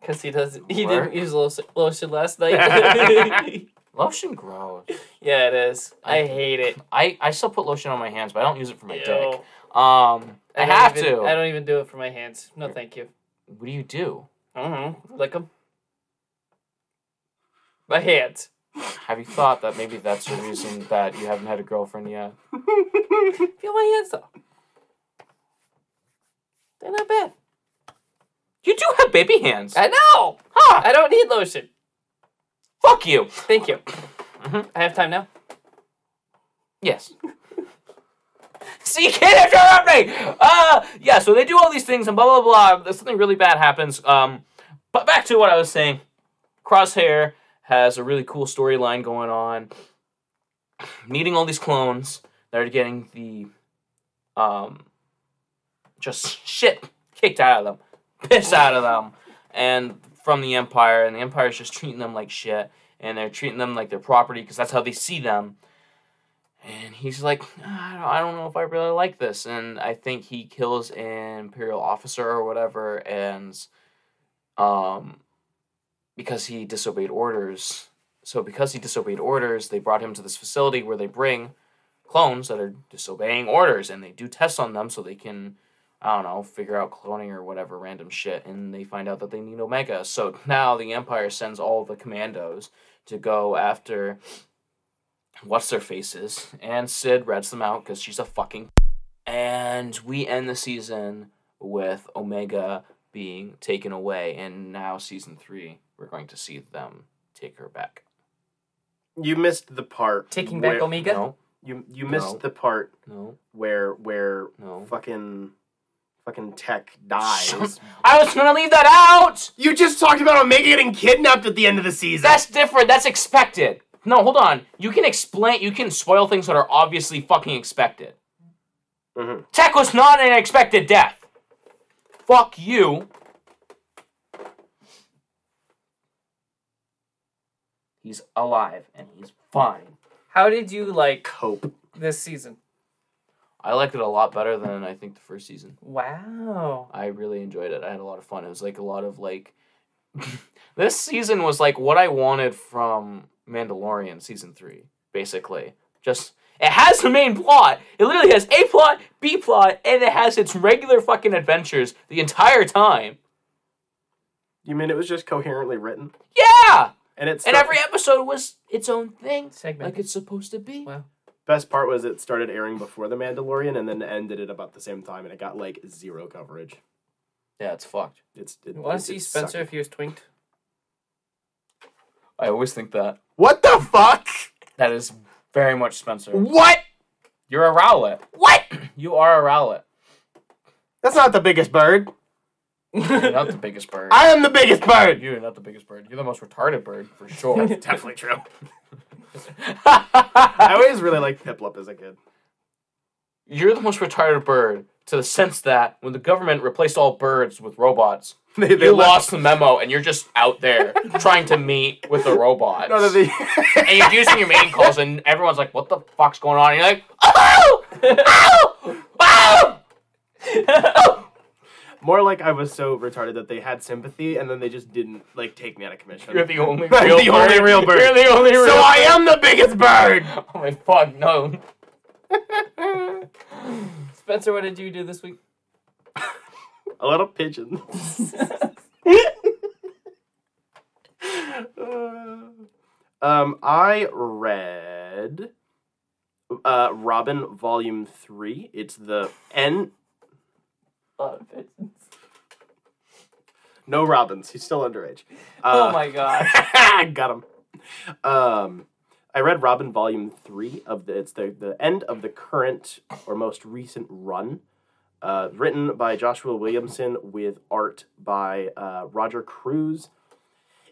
Speaker 1: Because he doesn't. He
Speaker 4: Work.
Speaker 1: didn't use lotion, lotion last night.
Speaker 4: lotion grows.
Speaker 1: yeah, it is. I hate it.
Speaker 4: I I still put lotion on my hands, but I don't use it for my dick.
Speaker 1: Ew.
Speaker 4: Um, I,
Speaker 1: don't
Speaker 4: have
Speaker 1: even-
Speaker 4: to.
Speaker 1: I don't even do it for my hands. No, thank you.
Speaker 4: What do you do?
Speaker 1: I don't know. Lick them. My hands.
Speaker 4: Have you thought that maybe that's the reason that you haven't had a girlfriend yet?
Speaker 1: Feel my hands though. They're not bad.
Speaker 4: You do have baby hands.
Speaker 1: I know.
Speaker 4: Huh.
Speaker 1: I don't need lotion.
Speaker 4: Fuck you.
Speaker 1: Thank you.
Speaker 4: Mhm.
Speaker 1: I have time now.
Speaker 4: Yes. so you can't interrupt me. Uh, yeah. So they do all these things and blah blah blah. There's Something really bad happens. Um, but back to what I was saying. Crosshair has a really cool storyline going on. Meeting all these clones that are getting the, um, just shit kicked out of them, pissed out of them, and from the Empire, and the Empire's just treating them like shit, and they're treating them like their property because that's how they see them. And he's like, "Ah, I don't, I don't know if I really like this. And I think he kills an Imperial officer or whatever, and um, because he disobeyed orders. So because he disobeyed orders, they brought him to this facility where they bring clones that are disobeying orders, and they do tests on them so they can, I don't know, figure out cloning or whatever random shit. And they find out that they need Omega. So now the Empire sends all the commandos to go after what's their faces, and Sid reds them out because she's a fucking. And we end the season with Omega being taken away, and now season three, we're going to see them take her back.
Speaker 3: You missed the part
Speaker 1: Taking back
Speaker 3: where-
Speaker 1: Omega.
Speaker 4: No,
Speaker 3: You you
Speaker 4: No.
Speaker 3: missed the part
Speaker 4: no,
Speaker 3: where where
Speaker 4: no.
Speaker 3: fucking fucking tech dies.
Speaker 4: Shut- I was gonna leave that out.
Speaker 3: You just talked about Omega getting kidnapped at the end of the season.
Speaker 4: That's different. That's expected. No, hold on. You can explain. You can spoil things that are obviously fucking expected.
Speaker 3: Mhm.
Speaker 4: Tech was not an expected death. Fuck you. He's alive and he's fine.
Speaker 1: How did you like
Speaker 3: cope.
Speaker 1: this season?
Speaker 4: I liked it a lot better than I think the first season.
Speaker 1: Wow.
Speaker 4: I really enjoyed it. I had a lot of fun. It was like a lot of like this season was like what I wanted from Mandalorian season 3 basically. Just it has the main plot. It literally has A plot, B plot, and it has its regular fucking adventures the entire time.
Speaker 3: You mean it was just coherently written?
Speaker 4: Yeah.
Speaker 3: And it's
Speaker 4: And every episode was its own thing,
Speaker 1: Segment.
Speaker 4: like it's supposed to be.
Speaker 1: Wow.
Speaker 3: best part was it started airing before The Mandalorian and then ended at about the same time and it got like zero coverage.
Speaker 4: Yeah, it's fucked.
Speaker 3: It's it,
Speaker 1: Want
Speaker 3: it-
Speaker 1: to see
Speaker 3: it's
Speaker 1: Spencer
Speaker 3: sucky.
Speaker 1: if he was twinked?
Speaker 4: I always think that.
Speaker 3: What the fuck?
Speaker 4: That is very much Spencer.
Speaker 3: What?
Speaker 4: You're a Rowlet.
Speaker 3: What?
Speaker 4: You are a Rowlet.
Speaker 3: That's not the biggest bird.
Speaker 4: You're not the biggest bird.
Speaker 3: I am the biggest bird.
Speaker 4: You're not the biggest bird. You're the most retarded bird for sure.
Speaker 3: Definitely true.
Speaker 4: You're
Speaker 3: I always really liked Piplup as a kid.
Speaker 4: the most retarded bird to the sense that when the government replaced all birds with robots,
Speaker 3: They,
Speaker 4: you lost the memo and you're just out there trying to meet with the robots.
Speaker 3: No, no, they,
Speaker 4: and you're using your mating calls, and everyone's like, "What the fuck's going on?" And you're like, "Oh, oh, oh!"
Speaker 3: Oh More like I was so retarded that they had sympathy and then they just didn't like take me out of commission.
Speaker 4: You're the only
Speaker 3: I'm
Speaker 4: real
Speaker 3: the
Speaker 4: bird.
Speaker 3: only real bird.
Speaker 4: You're the only real.
Speaker 3: so I am the biggest bird.
Speaker 4: bird. Oh my fuck no!
Speaker 1: Spencer, what did you do this week?
Speaker 3: A little pigeon. um, I read uh, Robin Volume Three. It's the end.
Speaker 1: Lot of pigeons.
Speaker 3: No Robins. He's still underage.
Speaker 1: oh
Speaker 3: Uh,
Speaker 1: my god.
Speaker 3: got him. Um, I read Robin Volume Three of the. It's the the end of the current or most recent run. Uh, written by Joshua Williamson with art by uh, Roger Cruz.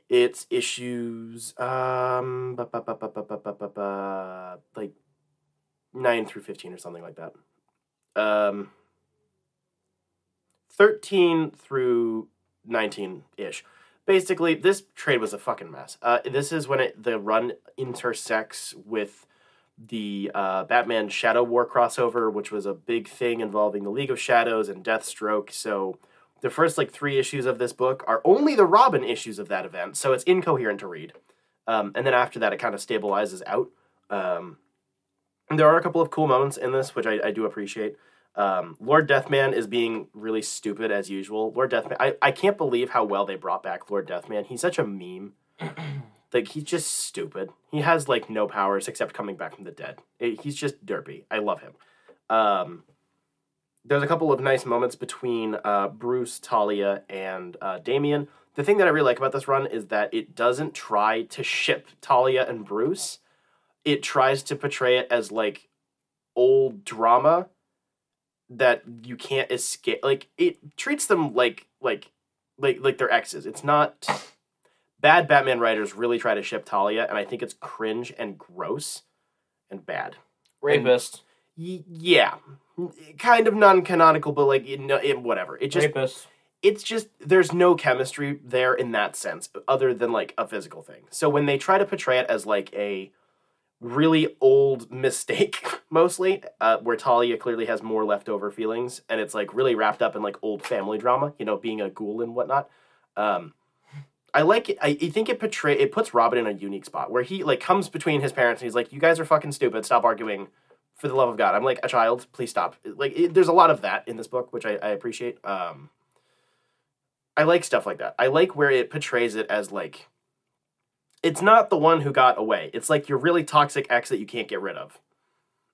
Speaker 3: It's issues um, ba- ba- ba- ba- ba- ba- ba- ba- ba- like 9 through 15 or something like that. Um, 13 through 19 ish. Basically, this trade was a fucking mess. Uh, this is when it, the run intersects with the uh, Batman Shadow War crossover, which was a big thing involving the League of Shadows and Deathstroke. So the first like three issues of this book are only the Robin issues of that event, so it's incoherent to read. Um, and then after that, it kind of stabilizes out. Um, and there are a couple of cool moments in this, which I, I do appreciate. Um, Lord Deathman is being really stupid as usual. Lord Deathman, I, I can't believe how well they brought back Lord Deathman. He's such a meme. like, he's just stupid. He has, like, no powers except coming back from the dead. It- he's just derpy. I love him. Um, there's a couple of nice moments between uh, Bruce, Talia, and uh, Damien. The thing that I really like about this run is that it doesn't try to ship Talia and Bruce. It tries to portray it as like old drama that you can't escape. Like it treats them like like like like their exes. It's not bad. Batman writers really try to ship Talia, and I think it's cringe and gross and bad
Speaker 4: Rapist.
Speaker 3: y- yeah kind of non-canonical but like it, no, it, whatever it just
Speaker 4: Rapist.
Speaker 3: it's just there's no chemistry there in that sense other than like a physical thing so when they try to portray it as like a really old mistake mostly uh, where talia clearly has more leftover feelings and it's like really wrapped up in like old family drama you know being a ghoul and whatnot um, i like it I, I think it portray it puts robin in a unique spot where he like comes between his parents and he's like you guys are fucking stupid stop arguing for the love of god i'm like a child please stop like it, there's a lot of that in this book which i, I appreciate um, I like stuff like that. I like where it portrays it as like it's not the one who got away. It's like your really toxic ex that you can't get rid of.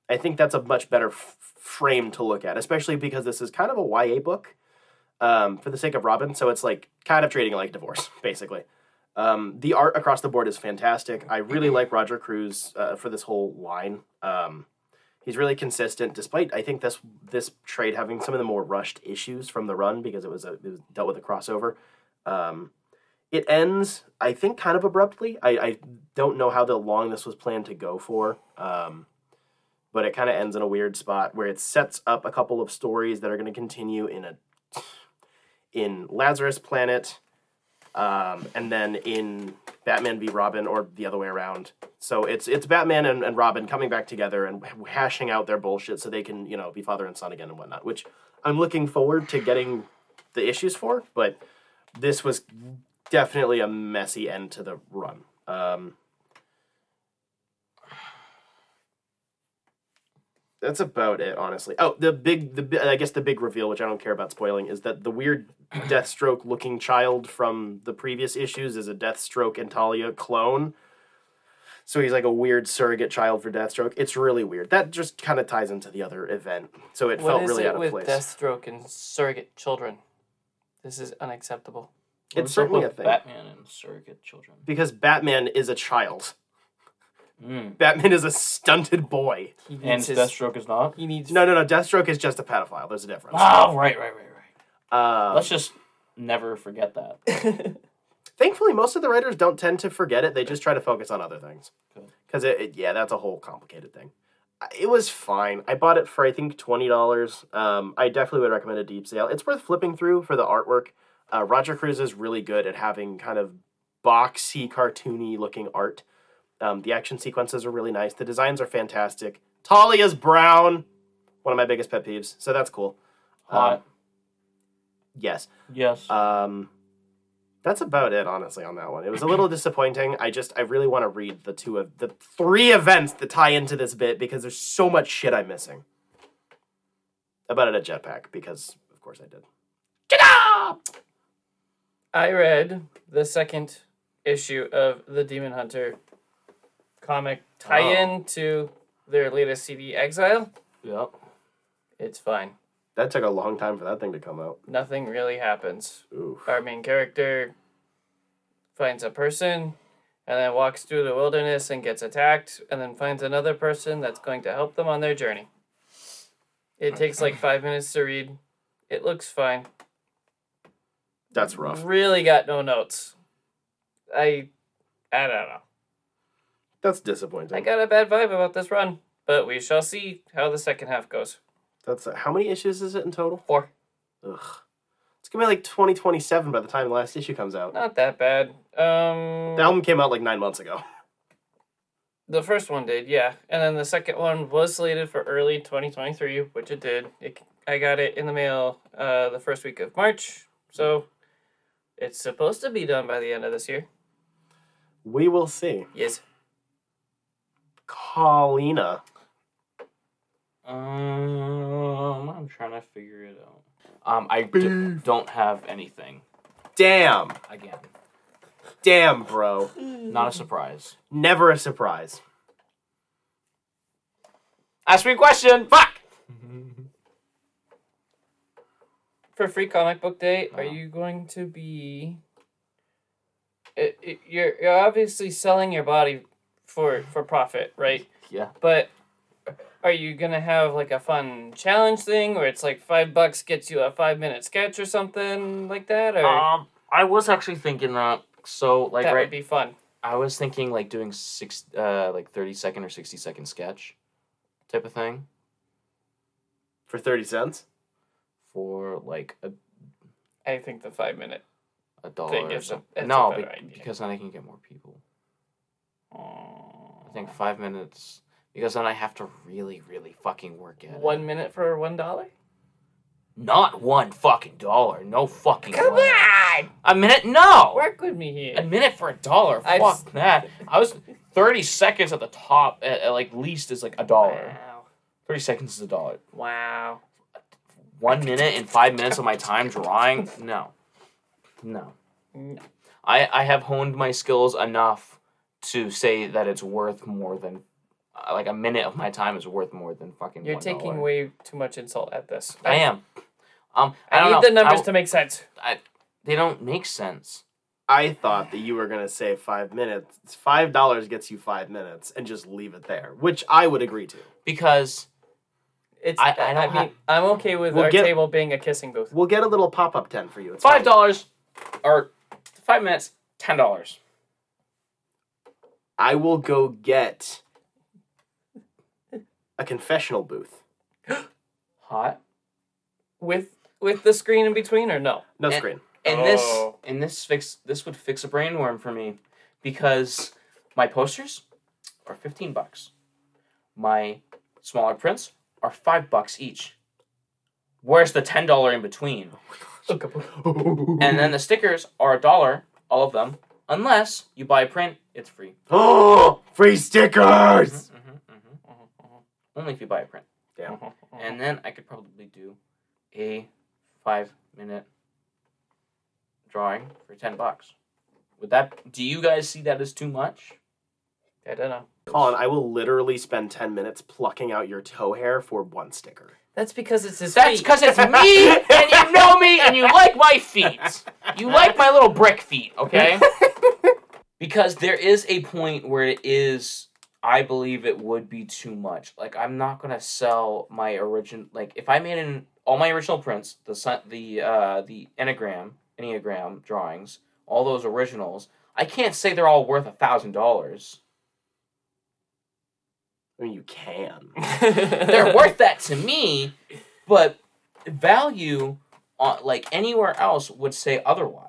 Speaker 3: I think that's a much better f- frame to look at, especially because this is kind of a YA book um, for the sake of Robin. So it's like kind of treating it like divorce, basically. Um, the art across the board is fantastic. I really like Roger Cruz uh, for this whole line. Um, he's really consistent, despite I think this this trade having some of the more rushed issues from the run because it was a, it was dealt with a crossover. Um, it ends, I think, kind of abruptly. I, I don't know how the long this was planned to go for, um, but it kind of ends in a weird spot where it sets up a couple of stories that are going to continue in a in Lazarus Planet, um, and then in Batman v Robin, or the other way around. So it's it's Batman and, and Robin coming back together and h- hashing out their bullshit so they can you know be father and son again and whatnot. Which I'm looking forward to getting the issues for, but this was definitely a messy end to the run. Um, that's about it, honestly. Oh, the big, the bi- I guess the big reveal, which I don't care about spoiling, is that the weird Deathstroke looking child from the previous issues is a Deathstroke and Talia clone. So he's like a weird surrogate child for Deathstroke. It's really weird. That just kind of ties into the other event, so it
Speaker 1: What
Speaker 3: felt
Speaker 1: is
Speaker 3: really
Speaker 1: it
Speaker 3: out of
Speaker 1: with
Speaker 3: place.
Speaker 1: Deathstroke and surrogate children? This is unacceptable.
Speaker 4: What's
Speaker 3: it's
Speaker 4: up
Speaker 3: certainly a
Speaker 4: with
Speaker 3: thing
Speaker 4: Batman and surrogate children.
Speaker 3: because Batman is a child.
Speaker 4: Mm.
Speaker 3: Batman is a stunted boy.
Speaker 1: He
Speaker 4: And
Speaker 1: needs his,
Speaker 4: Deathstroke is not.
Speaker 1: He needs
Speaker 3: No, no, no. Deathstroke is just a pedophile. There's a difference.
Speaker 4: Oh, right, right, right, right.
Speaker 3: Um,
Speaker 4: Let's just never forget that.
Speaker 3: thankfully, most of the writers don't tend to forget it. They just try to focus on other things.
Speaker 4: Good.
Speaker 3: Because it, it- yeah, that's a whole complicated thing. I- It was fine. I bought it for I think twenty dollars. Um, I definitely would recommend a deep sale. It's worth flipping through for the artwork. Uh, Roger Cruz is really good at having kind of boxy, cartoony looking art. Um, the action sequences are really nice. The designs are fantastic. Talia's brown, one of my biggest pet peeves. So that's cool. Um,
Speaker 4: Hot.
Speaker 3: Yes.
Speaker 4: Uh, yes.
Speaker 3: Um, that's about it, honestly, on that one. It was a little disappointing. I just, I really want to read the two of the three events that tie into this bit because there's so much shit I'm missing. I bought it at Jetpack because, of course, I did.
Speaker 1: I read the second issue of the Demon Hunter comic tie
Speaker 3: Oh.
Speaker 1: in to their latest CD, Exile.
Speaker 4: yep.
Speaker 1: It's fine.
Speaker 3: That took a long time for that thing to come out.
Speaker 1: Nothing really happens.
Speaker 3: Ooh.
Speaker 1: Our main character finds a person and then walks through the wilderness and gets attacked and then finds another person that's going to help them on their journey. It takes like five minutes to read. It looks fine.
Speaker 3: That's rough.
Speaker 1: Really got no notes. I I don't know.
Speaker 3: That's
Speaker 1: I
Speaker 3: disappointing.
Speaker 1: got a bad vibe about this run, but we shall see how the second half goes.
Speaker 3: That's uh, how many issues is it in total?
Speaker 1: Four.
Speaker 3: Ugh. It's gonna be like 2027 by the time the last issue comes out.
Speaker 1: Not that bad. Um,
Speaker 3: The album came out like nine months ago.
Speaker 1: the first one did, yeah, and then the second one was slated for early 2023, which it did. It, I got it in the mail uh, the first week of March, so it's supposed to be done by the end of this year.
Speaker 3: We will see.
Speaker 1: Yes.
Speaker 3: Colina.
Speaker 4: Um, I'm trying to figure it out. Um, I d- don't have anything
Speaker 3: Damn.
Speaker 4: again.
Speaker 3: Damn, bro.
Speaker 4: Not a surprise.
Speaker 3: Never a surprise.
Speaker 4: Ask me a question. Fuck.
Speaker 1: for free comic book day are
Speaker 4: Uh-huh.
Speaker 1: you going to be it, it, you're, you're obviously selling your body for for profit right
Speaker 4: Yeah.
Speaker 1: but are you gonna have like a fun challenge thing where it's like five bucks gets you a five minute sketch or something like that or
Speaker 4: Um, I was actually thinking that. So like
Speaker 1: that
Speaker 4: right,
Speaker 1: would be fun
Speaker 4: I was thinking like doing six, uh, like thirty second or sixty second sketch, type of thing
Speaker 3: For 30 cents?
Speaker 4: for like a,
Speaker 1: i think the five minute
Speaker 4: a dollar. or
Speaker 1: it's a-
Speaker 4: something.
Speaker 1: it's a
Speaker 4: no,
Speaker 1: better
Speaker 4: be-
Speaker 1: idea.
Speaker 4: because then I can get more people. I
Speaker 1: I
Speaker 4: think five minutes because then I have to really, really fucking work at it.
Speaker 1: one minute for one dollar
Speaker 4: Not one fucking dollar. No fucking.
Speaker 1: come
Speaker 4: way.
Speaker 1: on
Speaker 4: A minute? No.
Speaker 1: work with me
Speaker 4: A
Speaker 1: here
Speaker 4: minute for a dollar?
Speaker 1: I've
Speaker 4: Fuck
Speaker 1: s-
Speaker 4: that. I was thirty seconds at the top. At, at like least is like a dollar.
Speaker 1: wow
Speaker 4: Thirty seconds is a dollar.
Speaker 1: wow
Speaker 4: One minute and five minutes of my time drawing? No, no.
Speaker 1: No.
Speaker 4: I I have honed my skills enough to say that it's worth more than uh, like a minute of my time is worth more than fucking.
Speaker 1: you're
Speaker 4: $1.
Speaker 1: taking way too much insult at this
Speaker 4: I am. Um, I,
Speaker 1: I,
Speaker 4: don't
Speaker 1: need
Speaker 4: know.
Speaker 1: the numbers
Speaker 4: I-
Speaker 1: to make sense.
Speaker 4: They don't make sense.
Speaker 3: I thought that you were gonna say five minutes. Five dollars gets you five minutes, and just leave it there, which I would agree to.
Speaker 4: Because
Speaker 1: It's
Speaker 4: I-
Speaker 1: I,
Speaker 4: I don't
Speaker 1: mean
Speaker 4: have-
Speaker 1: I'm okay with
Speaker 3: We'll
Speaker 1: our
Speaker 3: get-
Speaker 1: table being a kissing booth.
Speaker 3: We'll get a little pop up ten for you. It's fine.
Speaker 4: five dollars, or five minutes, ten dollars.
Speaker 3: I will go get a confessional booth.
Speaker 4: hot.
Speaker 1: With with the screen in between or no?
Speaker 3: No
Speaker 4: And-
Speaker 3: screen.
Speaker 4: And
Speaker 1: Oh.
Speaker 4: this and this fix this would fix a brain worm for me because my posters are 15 bucks. My smaller prints are 5 bucks each. Where's the $10 in between? And then the stickers are a dollar all of them unless you buy a print, it's free.
Speaker 3: oh, free stickers!
Speaker 4: Mhm, mhm, mhm, mhm. Only if you buy a print.
Speaker 3: Yeah.
Speaker 4: Uh-huh. And then I could probably do a 5 minute drawing for 10 bucks. Would that do you guys see that as too much?
Speaker 1: I don't know.
Speaker 3: Colin, I will literally spend ten minutes plucking out your toe hair for one sticker.
Speaker 1: That's because it's his
Speaker 4: That's
Speaker 1: feet.
Speaker 4: because it's me, and you know me, and you like my feet. You like my little brick feet, okay? Because there is a point where it is, I believe it would be too much. Like I'm not gonna sell my origin. Like if I made an all my original prints, the sun, the uh, the enneagram, enneagram drawings, all those originals, I can't say they're all worth a thousand dollars.
Speaker 3: I mean, you can.
Speaker 4: they're worth that to me, but value on like anywhere else would say otherwise.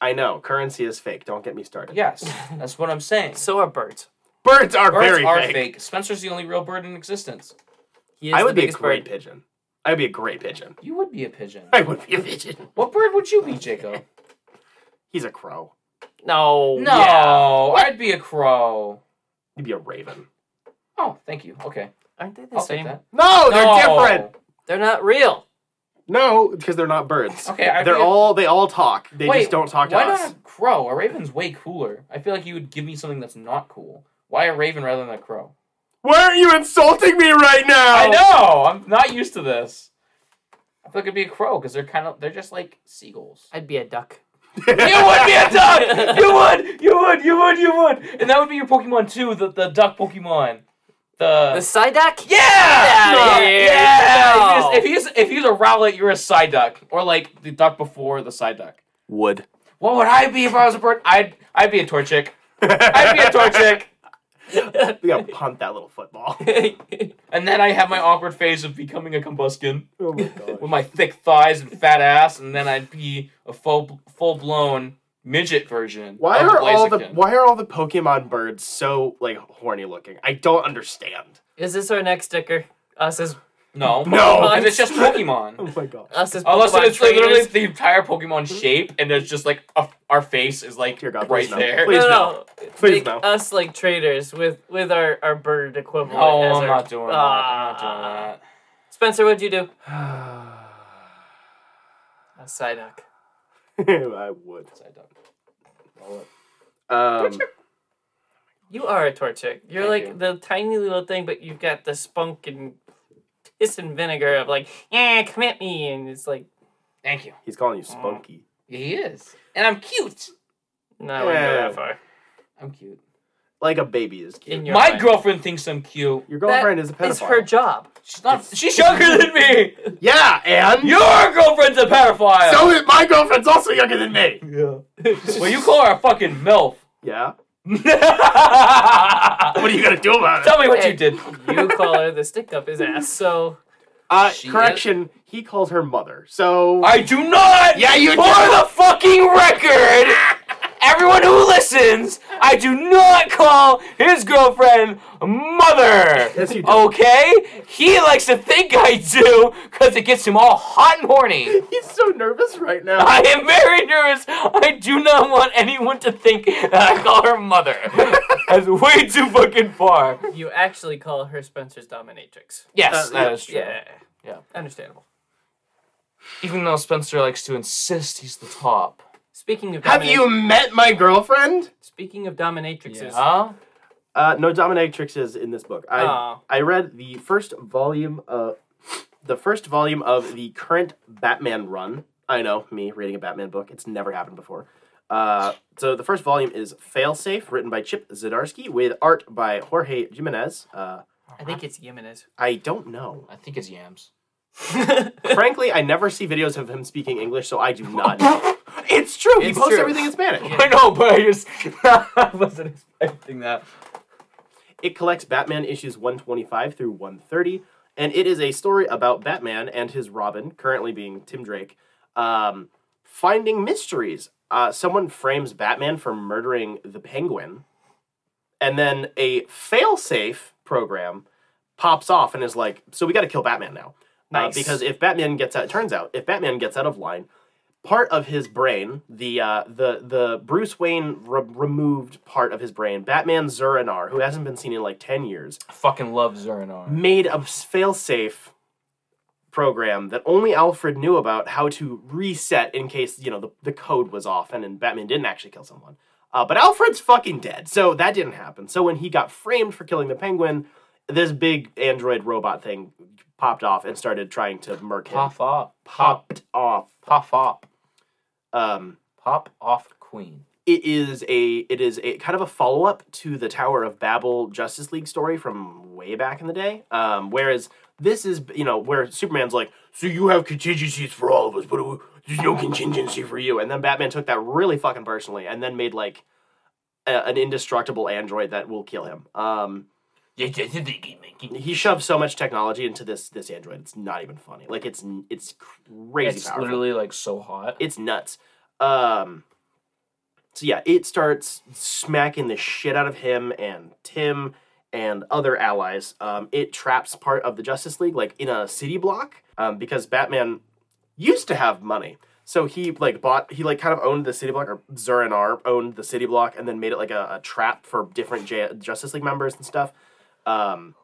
Speaker 3: I know currency is fake. Don't get me started.
Speaker 4: Yes, that's what I'm saying.
Speaker 1: So are birds.
Speaker 3: birds are
Speaker 4: Birds
Speaker 3: very
Speaker 4: are
Speaker 3: fake.
Speaker 4: fake. Spencer's the only real bird in existence.
Speaker 1: He
Speaker 3: I would
Speaker 1: the
Speaker 3: be a
Speaker 1: biggest
Speaker 3: great
Speaker 1: bird.
Speaker 3: pigeon. I'd be a great pigeon.
Speaker 4: You would be a pigeon.
Speaker 3: I would be a pigeon.
Speaker 4: What bird would you be, Jacob?
Speaker 3: He's a crow.
Speaker 1: No.
Speaker 4: No, I'd be a crow.
Speaker 3: He'd be a raven.
Speaker 4: Oh, thank you. Okay,
Speaker 1: Aren't they the
Speaker 4: I'll take
Speaker 1: same?
Speaker 4: that.
Speaker 3: No, Oh, they're
Speaker 4: No.
Speaker 3: different.
Speaker 1: They're not real.
Speaker 3: No, because they're not birds.
Speaker 4: Okay, I'd
Speaker 3: they're
Speaker 4: be a-
Speaker 3: all they all talk. They
Speaker 4: Wait,
Speaker 3: just don't talk to
Speaker 4: Why
Speaker 3: us.
Speaker 4: not a crow? A raven's way cooler. I feel like you would give me something that's not cool. Why a raven rather than a crow?
Speaker 3: Why are you insulting me right now?
Speaker 4: I know. I'm not used to this. I feel like it'd be a crow because they're kind of they're just like seagulls.
Speaker 1: I'd be a duck.
Speaker 4: you would be a duck. You would. You would. You would. You would. And that would be your Pokemon too. The the duck Pokemon. The.
Speaker 1: The Psyduck?
Speaker 4: yeah.
Speaker 1: outta here.
Speaker 4: Yeah.
Speaker 1: No.
Speaker 4: If, he's, if he's if he's a Rowlet, you're a Psyduck, or like the duck before the Psyduck.
Speaker 3: Would.
Speaker 4: What would I be if I was a bird? I'd I'd be a Torchic. I'd be a Torchic.
Speaker 3: We gotta punt that little football.
Speaker 4: And then I have my awkward phase of becoming a combustion
Speaker 3: Oh my
Speaker 4: with
Speaker 3: god.
Speaker 4: my thick thighs and fat ass, and then I'd be a full full blown midget version.
Speaker 3: Why
Speaker 4: of
Speaker 3: are all the
Speaker 4: Blaziken.
Speaker 3: why are all the Pokemon birds so like horny looking? I don't understand.
Speaker 1: Is this our next sticker? Us as
Speaker 4: no
Speaker 3: No.
Speaker 4: Because it's just Pokemon.
Speaker 3: Oh my god.
Speaker 1: us as
Speaker 4: Unless
Speaker 1: Pokemon
Speaker 4: it's like literally
Speaker 1: trainers.
Speaker 4: the entire Pokemon shape, and there's just like a, our face is like
Speaker 3: Dear God,
Speaker 4: right
Speaker 3: please no.
Speaker 4: there.
Speaker 3: Please
Speaker 1: no,
Speaker 3: no.
Speaker 1: no,
Speaker 3: Please
Speaker 1: Think
Speaker 3: no.
Speaker 1: Us like traders with with our our bird equivalent.
Speaker 4: No,
Speaker 1: as
Speaker 4: Oh, I'm
Speaker 1: our-
Speaker 4: not doing that. I'm not
Speaker 1: Ah.
Speaker 4: doing that.
Speaker 1: Spencer, what'd you do?
Speaker 3: uh, I
Speaker 1: A Psyduck.
Speaker 3: would.
Speaker 4: Side dog.
Speaker 3: Um,
Speaker 1: You are a Torchic. You're
Speaker 4: Thank
Speaker 1: like
Speaker 4: you.
Speaker 1: the tiny little thing, but you've got the spunk and piss and vinegar of like, yeah, come at me, and it's like,
Speaker 4: Thank you.
Speaker 3: he's calling you spunky.
Speaker 4: He is, and I'm cute.
Speaker 1: no, I wouldn't go that far.
Speaker 4: I'm cute.
Speaker 3: Like a baby is
Speaker 1: In
Speaker 3: cute.
Speaker 1: your
Speaker 4: my
Speaker 1: mind.
Speaker 4: girlfriend thinks I'm cute.
Speaker 3: Your girlfriend
Speaker 1: That
Speaker 3: is a pedophile.
Speaker 1: It's her job.
Speaker 4: She's not. She's younger than me.
Speaker 3: yeah, and
Speaker 4: Your girlfriend's a pedophile.
Speaker 3: so is- my girlfriend's also younger than me.
Speaker 4: well, you call her a fucking milf.
Speaker 3: Yeah. What
Speaker 4: Tell
Speaker 3: are you gonna do about it?
Speaker 4: me what
Speaker 1: Hey,
Speaker 4: you did.
Speaker 1: You call her the stick up his ass, so
Speaker 3: Uh,
Speaker 4: She
Speaker 3: correction. He calls her mother. So
Speaker 4: I do not.
Speaker 3: Yeah, you
Speaker 4: For
Speaker 3: do.
Speaker 4: the fucking record, everyone who listens, I do not call his girlfriend mother.
Speaker 3: Yes, you do.
Speaker 4: Okay? He likes to think I do because it gets him all hot and horny.
Speaker 3: he's so nervous right now.
Speaker 4: I am very nervous. I do not want anyone to think that I call her mother. That's way too fucking far.
Speaker 1: you actually call her Spencer's dominatrix.
Speaker 4: Yes,
Speaker 3: Uh,
Speaker 4: that is true.
Speaker 1: Yeah,
Speaker 4: Yeah.
Speaker 1: understandable.
Speaker 4: Even though Spencer likes to insist he's the top.
Speaker 1: Speaking of
Speaker 3: Have
Speaker 1: dominat-
Speaker 3: you met my girlfriend?
Speaker 1: Speaking of dominatrixes,
Speaker 4: Yeah.
Speaker 3: Uh, no dominatrixes in this book. I
Speaker 1: Aw.
Speaker 3: I read the first volume of the first volume of the current Batman run. I know me reading a Batman book. It's never happened before. Uh, so the first volume is Failsafe, written by Chip Zdarsky with art by Jorge Jimenez. Uh,
Speaker 1: I think it's Yemenis.
Speaker 3: I don't know.
Speaker 4: I think it's yams.
Speaker 3: Frankly, I never see videos of him speaking English, so I do not. know. It's true. he
Speaker 4: It's
Speaker 3: posts
Speaker 4: true.
Speaker 3: everything in Spanish.
Speaker 4: I know, but I just I wasn't expecting that.
Speaker 3: It collects Batman issues 125 through 130, and it is a story about Batman and his Robin, currently being Tim Drake, um, finding mysteries. Uh, someone frames Batman for murdering the Penguin, and then a failsafe program pops off and is like, "So we got to kill Batman now." Uh,
Speaker 1: Nice.
Speaker 3: because if Batman gets out, it turns out if Batman gets out of line, part of his brain, the uh, the the Bruce Wayne re- removed part of his brain, Batman Zurinar, who hasn't been seen in like ten years,
Speaker 4: I fucking love Zurinar.
Speaker 3: made a s- failsafe program that only Alfred knew about how to reset in case you know the, the code was off and, and Batman didn't actually kill someone. Uh, but Alfred's fucking dead, so that didn't happen. So when he got framed for killing the Penguin, this big android robot thing popped off and started trying to murk him.
Speaker 4: Pop off. Pop.
Speaker 3: Popped off.
Speaker 4: Pop off.
Speaker 3: Um,
Speaker 4: Pop off queen.
Speaker 3: it is a it is a kind of a follow up to the Tower of Babel Justice League story from way back in the day. Um, whereas this is you know where Superman's like, so you have contingencies for all of us, but we- there's no contingency for you. And then Batman took that really fucking personally, and then made like a, an indestructible android that will kill him. Um, he shoves so much technology into this this android, it's not even funny. Like it's n- it's crazy
Speaker 4: It's
Speaker 3: powerful
Speaker 4: literally like so hot.
Speaker 3: it's nuts. Um, so yeah, it starts smacking the shit out of him and Tim and other allies. Um, it traps part of the Justice League like in a city block um, because Batman used to have money. So he like bought he like kind of owned the city block or Zurinar owned the city block and then made it like a, a trap for different J- Justice League members and stuff. Um,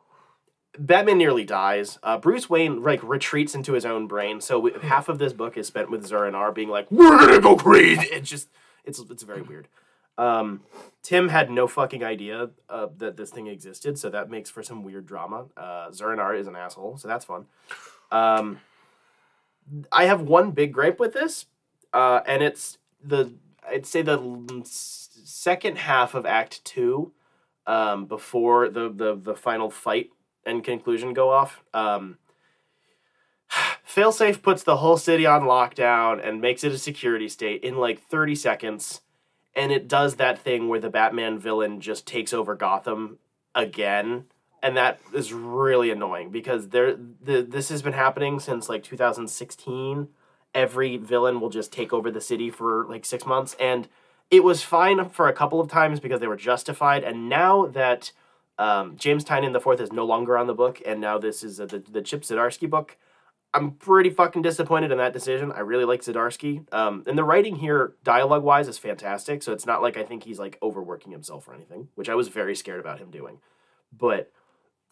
Speaker 3: Batman nearly dies. Uh, Bruce Wayne like retreats into his own brain. So we, half of this book is spent with Zurinar being like, "We're gonna go crazy." It's just it's it's very weird. Um, Tim had no fucking idea uh, that this thing existed, so that makes for some weird drama. Uh, Zurinar is an asshole, so that's fun. Um, I have one big gripe with this, uh, and it's the I'd say the l- s- second half of Act Two, um, before the, the the final fight and conclusion go off. Um, Failsafe puts the whole city on lockdown and makes it a security state in like 30 seconds. And it does that thing where the Batman villain just takes over Gotham again, and that is really annoying because there the this has been happening since like 2016. Every villain will just take over the city for like six months, and it was fine for a couple of times because they were justified. And now that um, James Tynion the Fourth is no longer on the book, and now this is uh, the the Chip Zdarsky book. I'm pretty fucking disappointed in that decision. I really like Zdarsky. Um, and the writing here, dialogue wise, is fantastic. So it's not like I think he's like overworking himself or anything, which I was very scared about him doing. But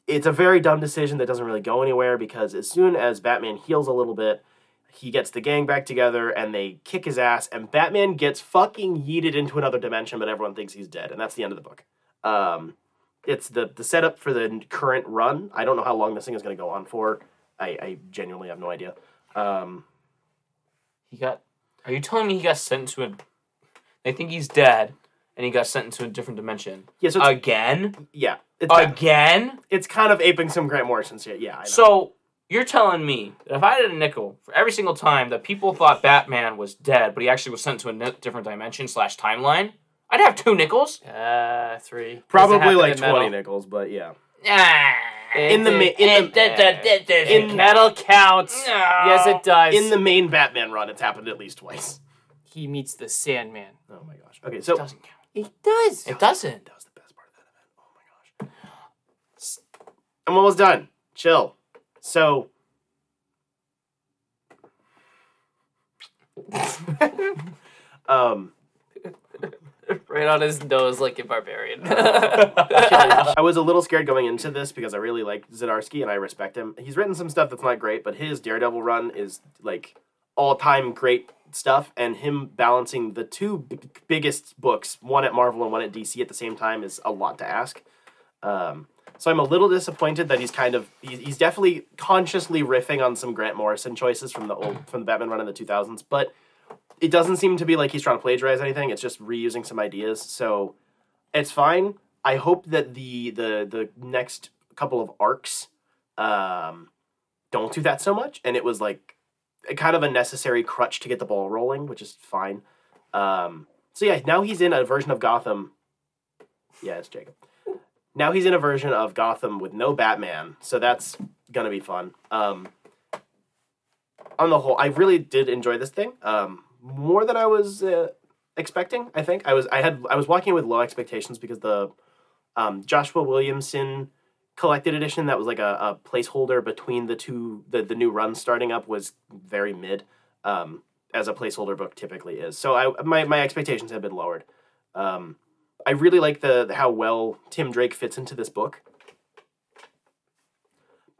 Speaker 3: it's a very dumb decision that doesn't really go anywhere because as soon as Batman heals a little bit, he gets the gang back together and they kick his ass, and Batman gets fucking yeeted into another dimension, but everyone thinks he's dead. And that's the end of the book. Um, it's the, the setup for the n- current run. I don't know how long this thing is going to go on for. I, I genuinely have no idea. Um,
Speaker 4: He got. Are you telling me he got sent to a? They think he's dead, and he got sent into a different dimension
Speaker 3: yeah, so it's,
Speaker 4: again.
Speaker 3: yeah, it's,
Speaker 4: Again.
Speaker 3: it's kind of aping some Grant Morrison shit. Yeah, I know.
Speaker 4: So you're telling me that if I had a nickel for every single time that people thought Batman was dead, but he actually was sent to a ni- different dimension slash timeline, I'd have two nickels.
Speaker 1: Uh, three. Doesn't
Speaker 3: probably
Speaker 1: happen
Speaker 3: like
Speaker 1: in
Speaker 3: twenty
Speaker 1: metal.
Speaker 3: nickels, but yeah,
Speaker 4: Ah.
Speaker 3: in the ma- in the
Speaker 1: in metal counts.
Speaker 4: No.
Speaker 1: Yes, it does.
Speaker 3: in the main Batman run, it's happened at least twice.
Speaker 1: he meets the Sandman.
Speaker 3: Oh my gosh. Okay, so
Speaker 4: doesn't count.
Speaker 1: He does.
Speaker 4: It doesn't.
Speaker 3: That was the best part of that event. Oh my gosh. I'm almost done. Chill. So. um,
Speaker 1: Right on his nose, like a barbarian.
Speaker 3: I was a little scared going into this because I really like Zdarsky and I respect him. He's written some stuff that's not great, but his Daredevil run is like all time great stuff. And him balancing the two b- biggest books, one at Marvel and one at DC, at the same time is a lot to ask. Um, so I'm a little disappointed that he's kind of he's, he's definitely consciously riffing on some Grant Morrison choices from the old from the Batman run in the 2000s, but it doesn't seem to be like he's trying to plagiarize anything. It's just reusing some ideas. So it's fine. I hope that the the the next couple of arcs um, don't do that so much. And it was like a kind of a necessary crutch to get the ball rolling, which is fine. Um, so yeah, now he's in a version of Gotham. Yeah, it's Jacob. Now he's in a version of Gotham with no Batman, so that's gonna be fun. Um, on the whole, I really did enjoy this thing um, more than I was uh, expecting. I think I was I had I was walking with low expectations because the um, Joshua Williamson collected edition that was like a, a placeholder between the two the, the new run starting up was very mid um, as a placeholder book typically is. So I my my expectations have been lowered. Um, I really like the how well Tim Drake fits into this book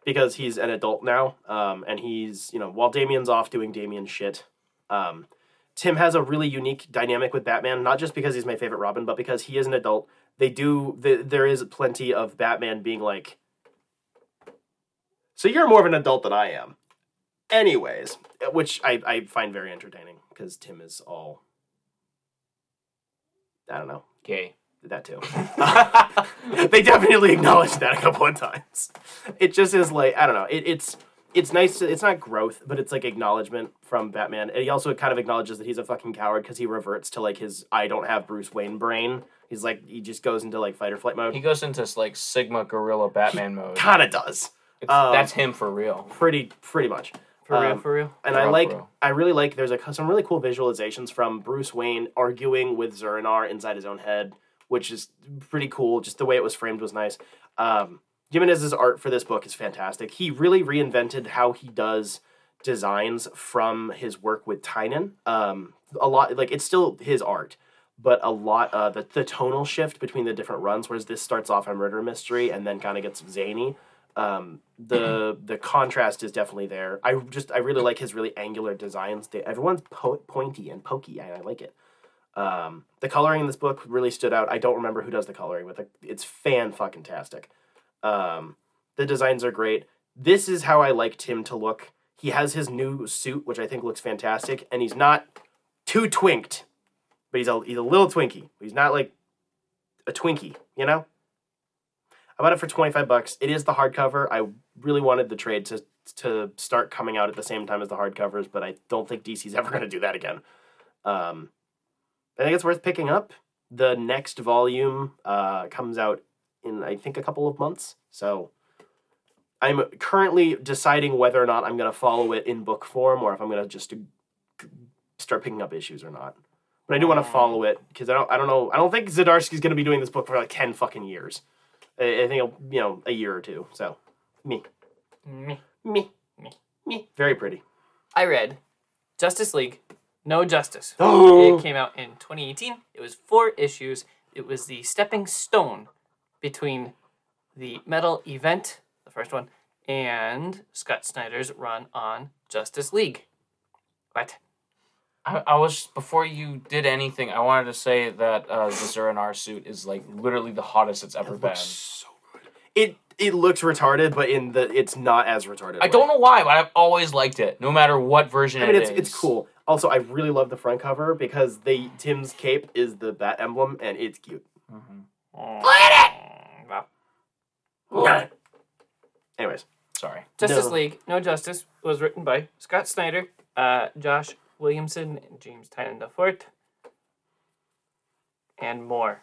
Speaker 3: because he's an adult now, um, and he's you know while Damien's off doing Damien shit, um, Tim has a really unique dynamic with Batman. Not just because he's my favorite Robin, but because he is an adult. They do th- there is plenty of Batman being like, so you're more of an adult than I am, anyways, which I I find very entertaining because Tim is all. I don't know
Speaker 4: Okay.
Speaker 3: that too. they definitely acknowledged that a couple of times. It just is like I don't know. It, it's it's nice. To, it's not growth, but it's like acknowledgement from Batman. And he also kind of acknowledges that he's a fucking coward because he reverts to like his I don't have Bruce Wayne brain. He's like he just goes into like fight or flight
Speaker 4: He
Speaker 3: mode.
Speaker 4: goes into like Sigma Gorilla Batman mode.
Speaker 3: Kind of does
Speaker 4: It's-
Speaker 3: um,
Speaker 4: that's him for real.
Speaker 3: pretty pretty much.
Speaker 1: for real,
Speaker 3: Um,
Speaker 1: for real.
Speaker 3: and I
Speaker 4: Rough,
Speaker 3: like
Speaker 4: bro.
Speaker 3: I really like there's a some really cool visualizations from Bruce Wayne arguing with Zurinar inside his own head, which is pretty cool. Just the way it was framed was nice. Um, Jimenez's art for this book is fantastic. He really reinvented how he does designs from his work with Tynan. Um, a lot like it's still his art, but a lot uh, the the tonal shift between the different runs. Whereas this starts off on murder mystery and then kind of gets zany. Um, the the contrast is definitely there. I just I really like his really angular designs. They, everyone's po- pointy and pokey, and I like it. Um, the coloring in this book really stood out. I don't remember who does the coloring, but the, it's fan fucking tastic. Um, the designs are great. This is how I like Tim to look. He has his new suit, which I think looks fantastic, and he's not too twinked, but he's a he's a little twinky. He's not like a twinkie, you know. I bought it for twenty five bucks. It is the hardcover. I really wanted the trade to to start coming out at the same time as the hardcovers, but I don't think DC's ever going to do that again. Um, I think it's worth picking up. The next volume uh, comes out in I think a couple of months. So I'm currently deciding whether or not I'm going to follow it in book form or if I'm going to just g- g- start picking up issues or not. But I do
Speaker 4: Um,
Speaker 3: want to follow it because I don't I don't know I don't think Zdarsky's going to be doing this book for like ten fucking years. I, I think it'll, you know a year or two. So me
Speaker 1: Meh.
Speaker 3: me
Speaker 1: Me.
Speaker 3: me very pretty.
Speaker 1: I read Justice League, No Justice.
Speaker 3: Oh.
Speaker 1: It came out in 2018. It was four issues. It was the stepping stone between the metal event, the first one, and Scott Snyder's run on Justice League. What?
Speaker 4: I, I was before you did anything. I wanted to say that uh, the Zurinar suit is like literally the hottest it's ever been.
Speaker 3: so good. It it looks retarded, but in the it's not as retarded.
Speaker 4: I don't know why, but I've always liked it, no matter what version
Speaker 3: I mean,
Speaker 4: it
Speaker 3: it's
Speaker 4: is.
Speaker 3: it's cool. Also, I really love the front cover because they Tim's cape is the bat emblem and it's cute.
Speaker 4: Mhm.
Speaker 1: Mm,
Speaker 3: Anyways,
Speaker 4: Sorry.
Speaker 1: Justice
Speaker 3: No.
Speaker 1: League, No Justice was written by Scott Snyder, uh, Josh Williamson, and James Tynan IV, and more.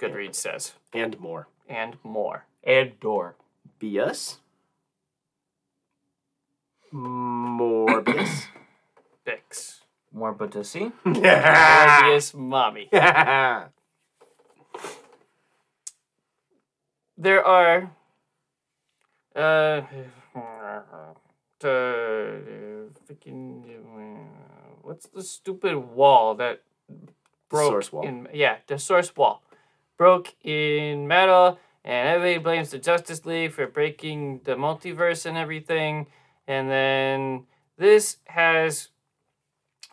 Speaker 1: Goodreads says,
Speaker 3: and more.
Speaker 1: and more.
Speaker 4: Adore.
Speaker 3: Bias. Morbius.
Speaker 1: Bix.
Speaker 4: Morbidisi.
Speaker 3: Ah.
Speaker 1: Morbius Mommy. There are. Uh. uh, freaking, uh, What's the stupid wall that broke?
Speaker 3: source wall.
Speaker 1: In, yeah, the source wall. Broke in metal, and everybody blames the Justice League for breaking the multiverse and everything. And then this has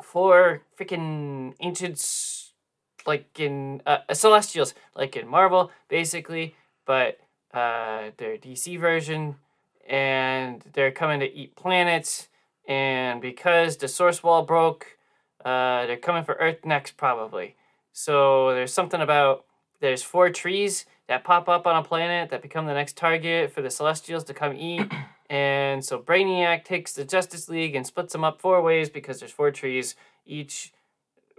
Speaker 1: four freaking ancients like in uh, uh, celestials like in marvel basically but uh their dc version and they're coming to eat planets and because the source wall broke uh they're coming for earth next probably so there's something about there's four trees that pop up on a planet that become the next target for the celestials to come eat and so brainiac takes the justice league and splits them up four ways because there's four trees each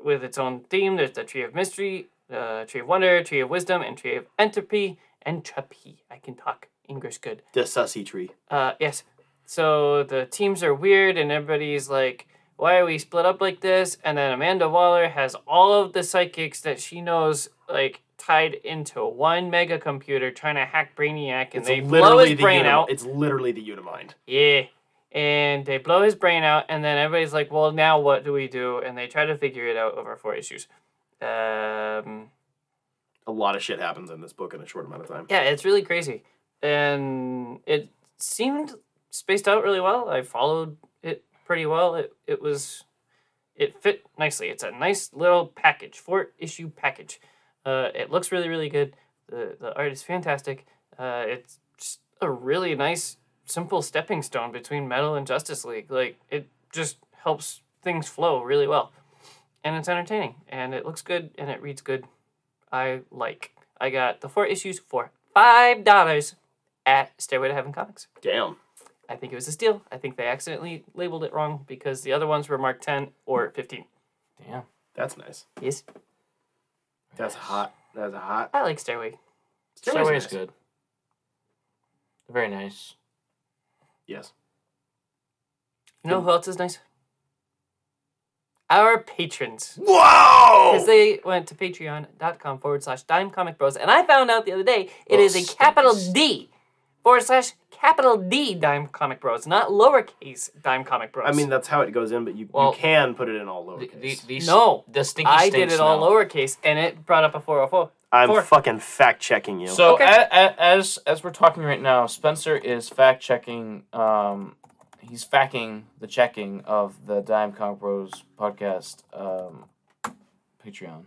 Speaker 1: with its own theme. There's the Tree of Mystery, the Tree of Wonder, Tree of Wisdom, and Tree of Entropy. Entropy. I can talk English good.
Speaker 3: the sussy tree.
Speaker 1: Uh, yes. So the teams are weird, and everybody's like, "Why are we split up like this?" And then Amanda Waller has all of the psychics that she knows, like tied into one mega computer, trying to hack Brainiac, and
Speaker 3: It's
Speaker 1: they blow
Speaker 3: literally
Speaker 1: his
Speaker 3: the
Speaker 1: brain
Speaker 3: Unimi-
Speaker 1: out.
Speaker 3: It's literally the Unimind.
Speaker 1: Yeah. And they blow his brain out, and then everybody's like, well, now what do we do? And they try to figure it out over four issues. Um,
Speaker 3: A lot of shit happens in this book in a short amount of time.
Speaker 1: yeah, it's really crazy. And it seemed spaced out really well. I followed it pretty well. It, it was, it fit nicely. It's a nice little package, four issue package. Uh, it looks really, really good. The, the art is fantastic. Uh, it's just a really nice, simple stepping stone between Metal and Justice League. Like, it just helps things flow really well. And it's entertaining, and it looks good, and it reads good. I like. I got the four issues for five dollars at Stairway to Heaven Comics.
Speaker 3: Damn.
Speaker 1: I think it was a steal. I think they accidentally labeled it wrong because the other ones were marked ten or fifteen.
Speaker 4: Damn.
Speaker 3: That's nice.
Speaker 1: Yes,
Speaker 3: That's hot. That's hot.
Speaker 1: I like Stairway.
Speaker 4: Stairway
Speaker 3: nice.
Speaker 4: is good. Very nice.
Speaker 3: Yes.
Speaker 1: You know who else is nice? Our patrons.
Speaker 3: Whoa!
Speaker 1: Because they went to patreon.com forward slash dime comic bros. And I found out the other day
Speaker 3: Oh,
Speaker 1: it is a capital
Speaker 3: stinks.
Speaker 1: D forward slash capital D dime comic bros, not lowercase dime comic bros.
Speaker 3: I mean, that's how it goes in, but you,
Speaker 4: Well,
Speaker 3: you can put it in all
Speaker 4: The,
Speaker 3: lowercase.
Speaker 4: the, the,
Speaker 1: No,
Speaker 4: The stinky
Speaker 1: I
Speaker 4: stink
Speaker 1: did it all
Speaker 4: smell.
Speaker 1: lowercase and it brought up a 404.
Speaker 3: I'm
Speaker 1: Four.
Speaker 3: fucking fact checking you.
Speaker 4: So
Speaker 1: Okay.
Speaker 4: a, a, as as we're talking right now, Spencer is fact checking. Um, he's facking the checking of the Dime Comic Bros podcast um, Patreon.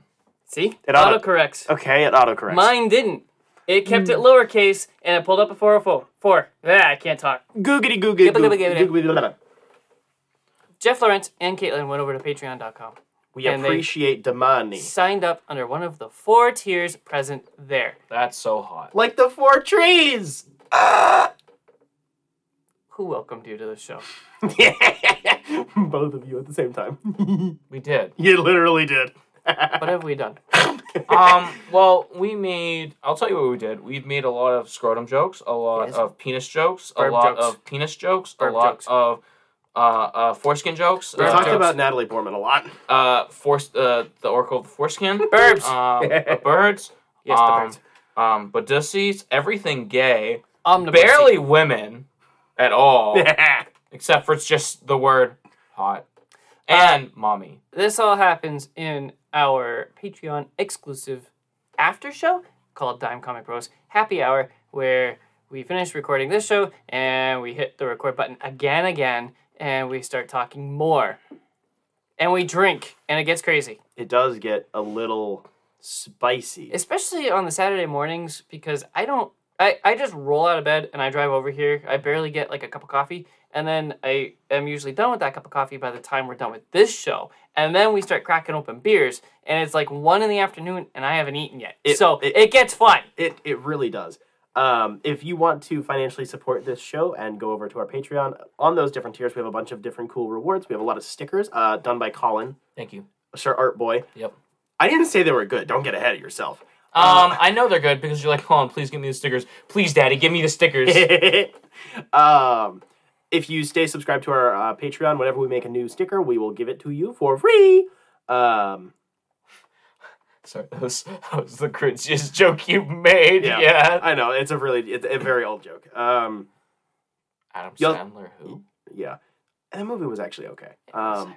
Speaker 1: See?
Speaker 3: It
Speaker 1: auto
Speaker 3: auto-
Speaker 1: corrects.
Speaker 3: okay, it autocorrects.
Speaker 1: Mine didn't. It kept it lowercase and it pulled up a 404. Four. Yeah, I can't talk.
Speaker 3: Googity googity.
Speaker 1: Gibba gibba gibba.
Speaker 3: googity gibba.
Speaker 1: Jeff Lawrence and Caitlin went over to patreon.com.
Speaker 3: We
Speaker 1: And they-
Speaker 3: appreciate the money.
Speaker 1: Signed up under one of the four tiers present there.
Speaker 4: That's so hot.
Speaker 3: Like the four trees. Ah!
Speaker 1: Who welcomed you to the show?
Speaker 3: Both of you at the same time.
Speaker 4: We did.
Speaker 3: you literally did.
Speaker 1: What have we done?
Speaker 4: um, well, we made. I'll tell you what we did. We've made a lot of scrotum jokes, a lot
Speaker 1: Yes.
Speaker 4: of penis jokes, a
Speaker 1: Burp
Speaker 4: lot
Speaker 1: jokes.
Speaker 4: of penis jokes,
Speaker 1: Burp
Speaker 4: a lot
Speaker 1: jokes.
Speaker 4: of uh, uh, foreskin jokes.
Speaker 3: We
Speaker 4: uh,
Speaker 3: talked
Speaker 4: jokes,
Speaker 3: about Natalie Portman a lot.
Speaker 4: uh, force uh, the oracle of the foreskin.
Speaker 1: Burbs.
Speaker 4: Um, uh, birds.
Speaker 1: Yes,
Speaker 4: um,
Speaker 1: the birds.
Speaker 4: Um, Bodissies, everything gay,
Speaker 1: Omnibus.
Speaker 4: barely women at all,
Speaker 3: That's
Speaker 4: except for it's just the word hot and mommy.
Speaker 1: This all happens in our Patreon exclusive after show called Dime Comic Bros Happy Hour, where we finish recording this show and we hit the record button again, again, and we start talking more. And we drink, and it gets crazy,
Speaker 3: it does get a little spicy.
Speaker 1: especially on the Saturday mornings because I don't. I, I just roll out of bed and I drive over here. I barely get like a cup of coffee. And then I am usually done with that cup of coffee by the time we're done with this show. And then we start cracking open beers. And it's like one in the afternoon and I haven't eaten yet.
Speaker 3: It-
Speaker 1: so
Speaker 3: it-
Speaker 1: it, gets fun.
Speaker 3: It it really does. Um, if you want to financially support this show and go over to our Patreon, on those different tiers, we have a bunch of different cool rewards. We have a lot of stickers uh, done by Colin,
Speaker 4: Thank you.
Speaker 3: Sir Art Boy.
Speaker 4: Yep.
Speaker 3: I didn't say they were good. Don't get ahead of yourself.
Speaker 4: Um, I know they're good because you're like, Colin, please give me the stickers. Please, Daddy, give me the stickers.
Speaker 3: um, if you stay subscribed to our uh, Patreon, whenever we make a new sticker, we will give it to you for free. Um,
Speaker 4: Sorry, that was, that was the cringiest joke you made.
Speaker 3: Yeah.
Speaker 4: Yeah.
Speaker 3: I know it's a really it's a very old joke. Um,
Speaker 4: Adam
Speaker 3: You'll-
Speaker 4: Sandler, who?
Speaker 3: yeah, and the movie was actually okay. Um,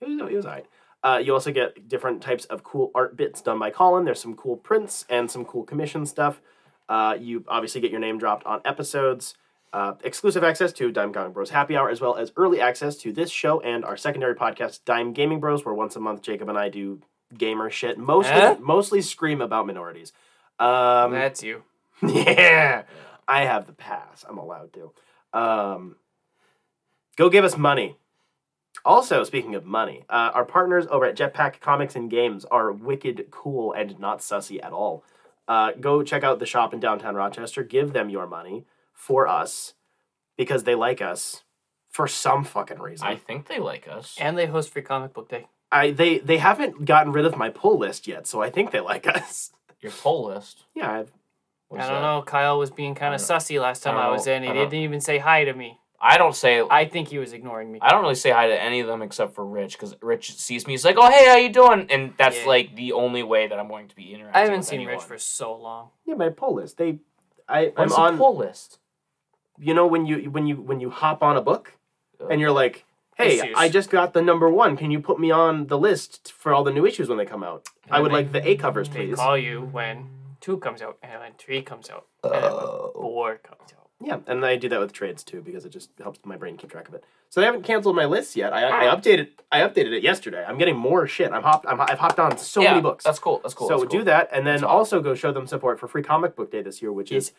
Speaker 3: It was, it was all right. Uh, you also get different types of cool art bits done by Colin. There's some cool prints and some cool commission stuff. Uh, you obviously get your name dropped on episodes, uh, exclusive access to Dime Comic Bros Happy Hour, as well as early access to this show and our secondary podcast, Dime Gaming Bros, where once a month Jacob and I do gamer shit, mostly
Speaker 1: Huh?
Speaker 3: mostly scream about minorities. Um,
Speaker 1: That's you.
Speaker 3: yeah, I have the pass. I'm allowed to. Um, go give us money. Also, speaking of money, uh, our partners over at Jetpack Comics and Games are wicked cool and not sussy at all. Uh, go check out the shop in downtown Rochester. Give them your money for us because they like us for some fucking reason.
Speaker 4: I think they like us.
Speaker 1: And they host Free Comic Book Day.
Speaker 3: I they they haven't gotten rid of my pull list yet, so I think they like us.
Speaker 4: Your poll list. uh,
Speaker 3: Yeah, I've,
Speaker 4: What is
Speaker 1: I don't
Speaker 4: that?
Speaker 1: know. Kyle was being kind
Speaker 4: I
Speaker 1: of
Speaker 4: don't-
Speaker 1: sussy last time
Speaker 4: I
Speaker 1: I,
Speaker 4: don't-
Speaker 1: was in. He
Speaker 4: I don't-
Speaker 1: didn't even say hi to me.
Speaker 4: I don't say. I,
Speaker 1: I think he was ignoring me.
Speaker 4: don't really say hi to any of them except for Rich because Rich sees me. He's like, "Oh, hey, how you doing?" And that's
Speaker 1: Yeah.
Speaker 4: like the only way that I'm going to be interacting.
Speaker 1: I haven't
Speaker 4: with
Speaker 1: seen
Speaker 4: anyone.
Speaker 1: Rich for so long.
Speaker 3: yeah, my pull list. They, I
Speaker 4: What's
Speaker 3: I'm on
Speaker 4: the poll list?
Speaker 3: you know when you when you when you hop on a book
Speaker 4: Uh,
Speaker 3: and you're like hey
Speaker 1: Issues.
Speaker 3: i just got the number one can you put me on the list for all the new issues when they come out i would like the a covers
Speaker 1: They
Speaker 3: please
Speaker 1: call you when two comes out and when three comes out and when four comes out.
Speaker 3: yeah and i do that with trades too because it just helps my brain keep track of it so they haven't canceled my lists yet i,
Speaker 4: Ah.
Speaker 3: I updated i updated it yesterday i'm getting more shit i'm hopped I'm, i've hopped on so
Speaker 4: yeah,
Speaker 3: many books
Speaker 4: That's cool. That's cool.
Speaker 3: so
Speaker 4: that's
Speaker 3: do
Speaker 4: cool.
Speaker 3: that and then also go show them support for free comic book day this year which is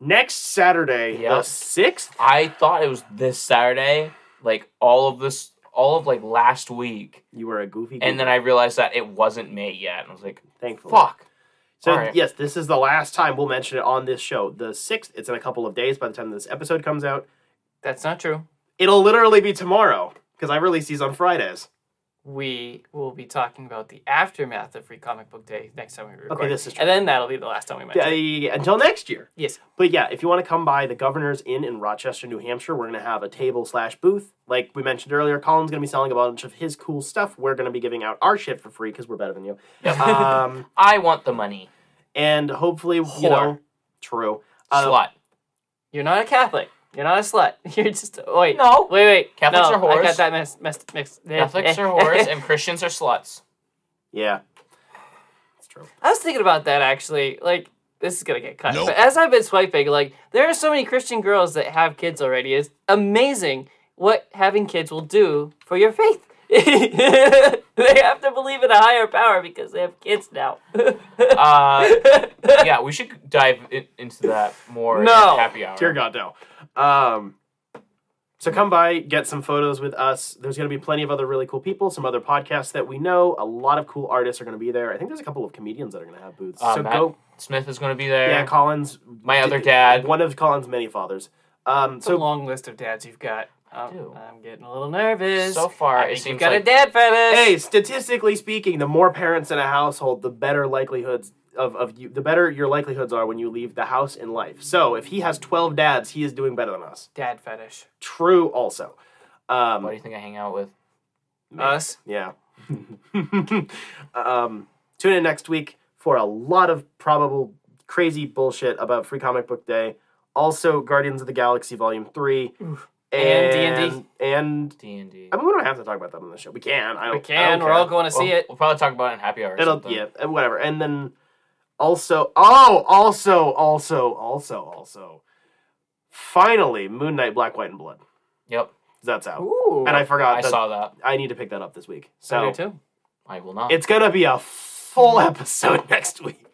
Speaker 3: next saturday the
Speaker 4: Yep.
Speaker 3: 6th
Speaker 4: I thought it was this Saturday, like all of this, all of like last week,
Speaker 3: you were a goofy
Speaker 4: and then I realized that it wasn't May yet, and I was like,
Speaker 3: thankful
Speaker 4: "Fuck."
Speaker 3: So
Speaker 4: All right.
Speaker 3: yes, this is the last time we'll mention it on this show. The sixth, it's in a couple of days by the time this episode comes out.
Speaker 1: That's not true.
Speaker 3: It'll literally be tomorrow, because I release these on Fridays.
Speaker 1: We will be talking about the aftermath of Free Comic Book Day next time we record.
Speaker 3: this is true.
Speaker 1: And then that'll be the last time we mention it.
Speaker 3: Uh, until next year.
Speaker 1: Yes.
Speaker 3: But yeah, if you want to come by the Governor's Inn in Rochester, New Hampshire, we're gonna have a table slash booth. Like we mentioned earlier, Colin's gonna be selling a bunch of his cool stuff. We're gonna be giving out our shit for free because we're better than you. um,
Speaker 4: I want the money.
Speaker 3: and hopefully, you
Speaker 1: Whore.
Speaker 3: know, true. Uh,
Speaker 4: Slut.
Speaker 1: You're not a Catholic. You're not a slut. You're just wait.
Speaker 4: No.
Speaker 1: Wait, wait.
Speaker 4: Catholics
Speaker 1: no,
Speaker 4: are whores.
Speaker 1: I got that mess, mess, mixed.
Speaker 4: Catholics are whores and Christians are sluts.
Speaker 3: Yeah, it's true.
Speaker 1: I was thinking about that actually. Like this is gonna get cut. But as I've been swiping, like there are so many Christian girls that have kids already. It's amazing what having kids will do for your faith. they have to believe in a higher power because they have kids now.
Speaker 4: Uh, yeah, we should dive in, into that more.
Speaker 1: No.
Speaker 4: in happy hour.
Speaker 3: Dear God, no. Um, so come by, get some photos with us. There's going to be plenty of other really cool people, some other podcasts that we know. A lot of cool artists are going to be there. I think there's a couple of comedians that are going to have booths.
Speaker 4: Uh,
Speaker 3: so
Speaker 4: Matt
Speaker 3: go.
Speaker 4: Smith is going to be there.
Speaker 3: Yeah, Collins.
Speaker 4: My other dad.
Speaker 3: One of Colin's many fathers. Um,
Speaker 1: It's a
Speaker 3: so
Speaker 1: long list of dads you've got. Um,
Speaker 4: do.
Speaker 1: I'm getting a little nervous.
Speaker 4: So far,
Speaker 1: I
Speaker 4: it
Speaker 1: think
Speaker 4: seems
Speaker 1: you've got
Speaker 4: like-
Speaker 1: a dad fetish.
Speaker 3: Hey, statistically speaking, the more parents in a household, the better likelihoods of, of you, the better your likelihoods are when you leave the house in life. So if he has 12 dads, he is doing better than us.
Speaker 1: dad fetish.
Speaker 3: True also.
Speaker 4: What do
Speaker 3: Um,
Speaker 4: you think I hang out with?
Speaker 1: Us.
Speaker 3: yeah. um, tune in next week for a lot of probable crazy bullshit about Free Comic Book Day. Also, Guardians of the Galaxy Volume 3.
Speaker 1: And D&D.
Speaker 3: And
Speaker 4: D and D.
Speaker 3: I mean, we don't have to talk about that on the show. We can. I don't,
Speaker 1: We
Speaker 3: I
Speaker 1: can.
Speaker 3: don't
Speaker 1: We're all
Speaker 3: care.
Speaker 1: going to see it.
Speaker 4: We'll probably talk about it in happy hour. Or
Speaker 3: It'll
Speaker 4: something.
Speaker 3: yeah, and whatever. And then also oh, also also also also finally Moon Knight Black White and Blood.
Speaker 4: Yep.
Speaker 3: That's out.
Speaker 1: Ooh.
Speaker 3: And I forgot
Speaker 4: I
Speaker 3: that
Speaker 4: saw that.
Speaker 3: I need to pick that up this week.
Speaker 1: I
Speaker 3: So
Speaker 1: do too.
Speaker 4: I will not.
Speaker 3: it's going to be a full episode next week.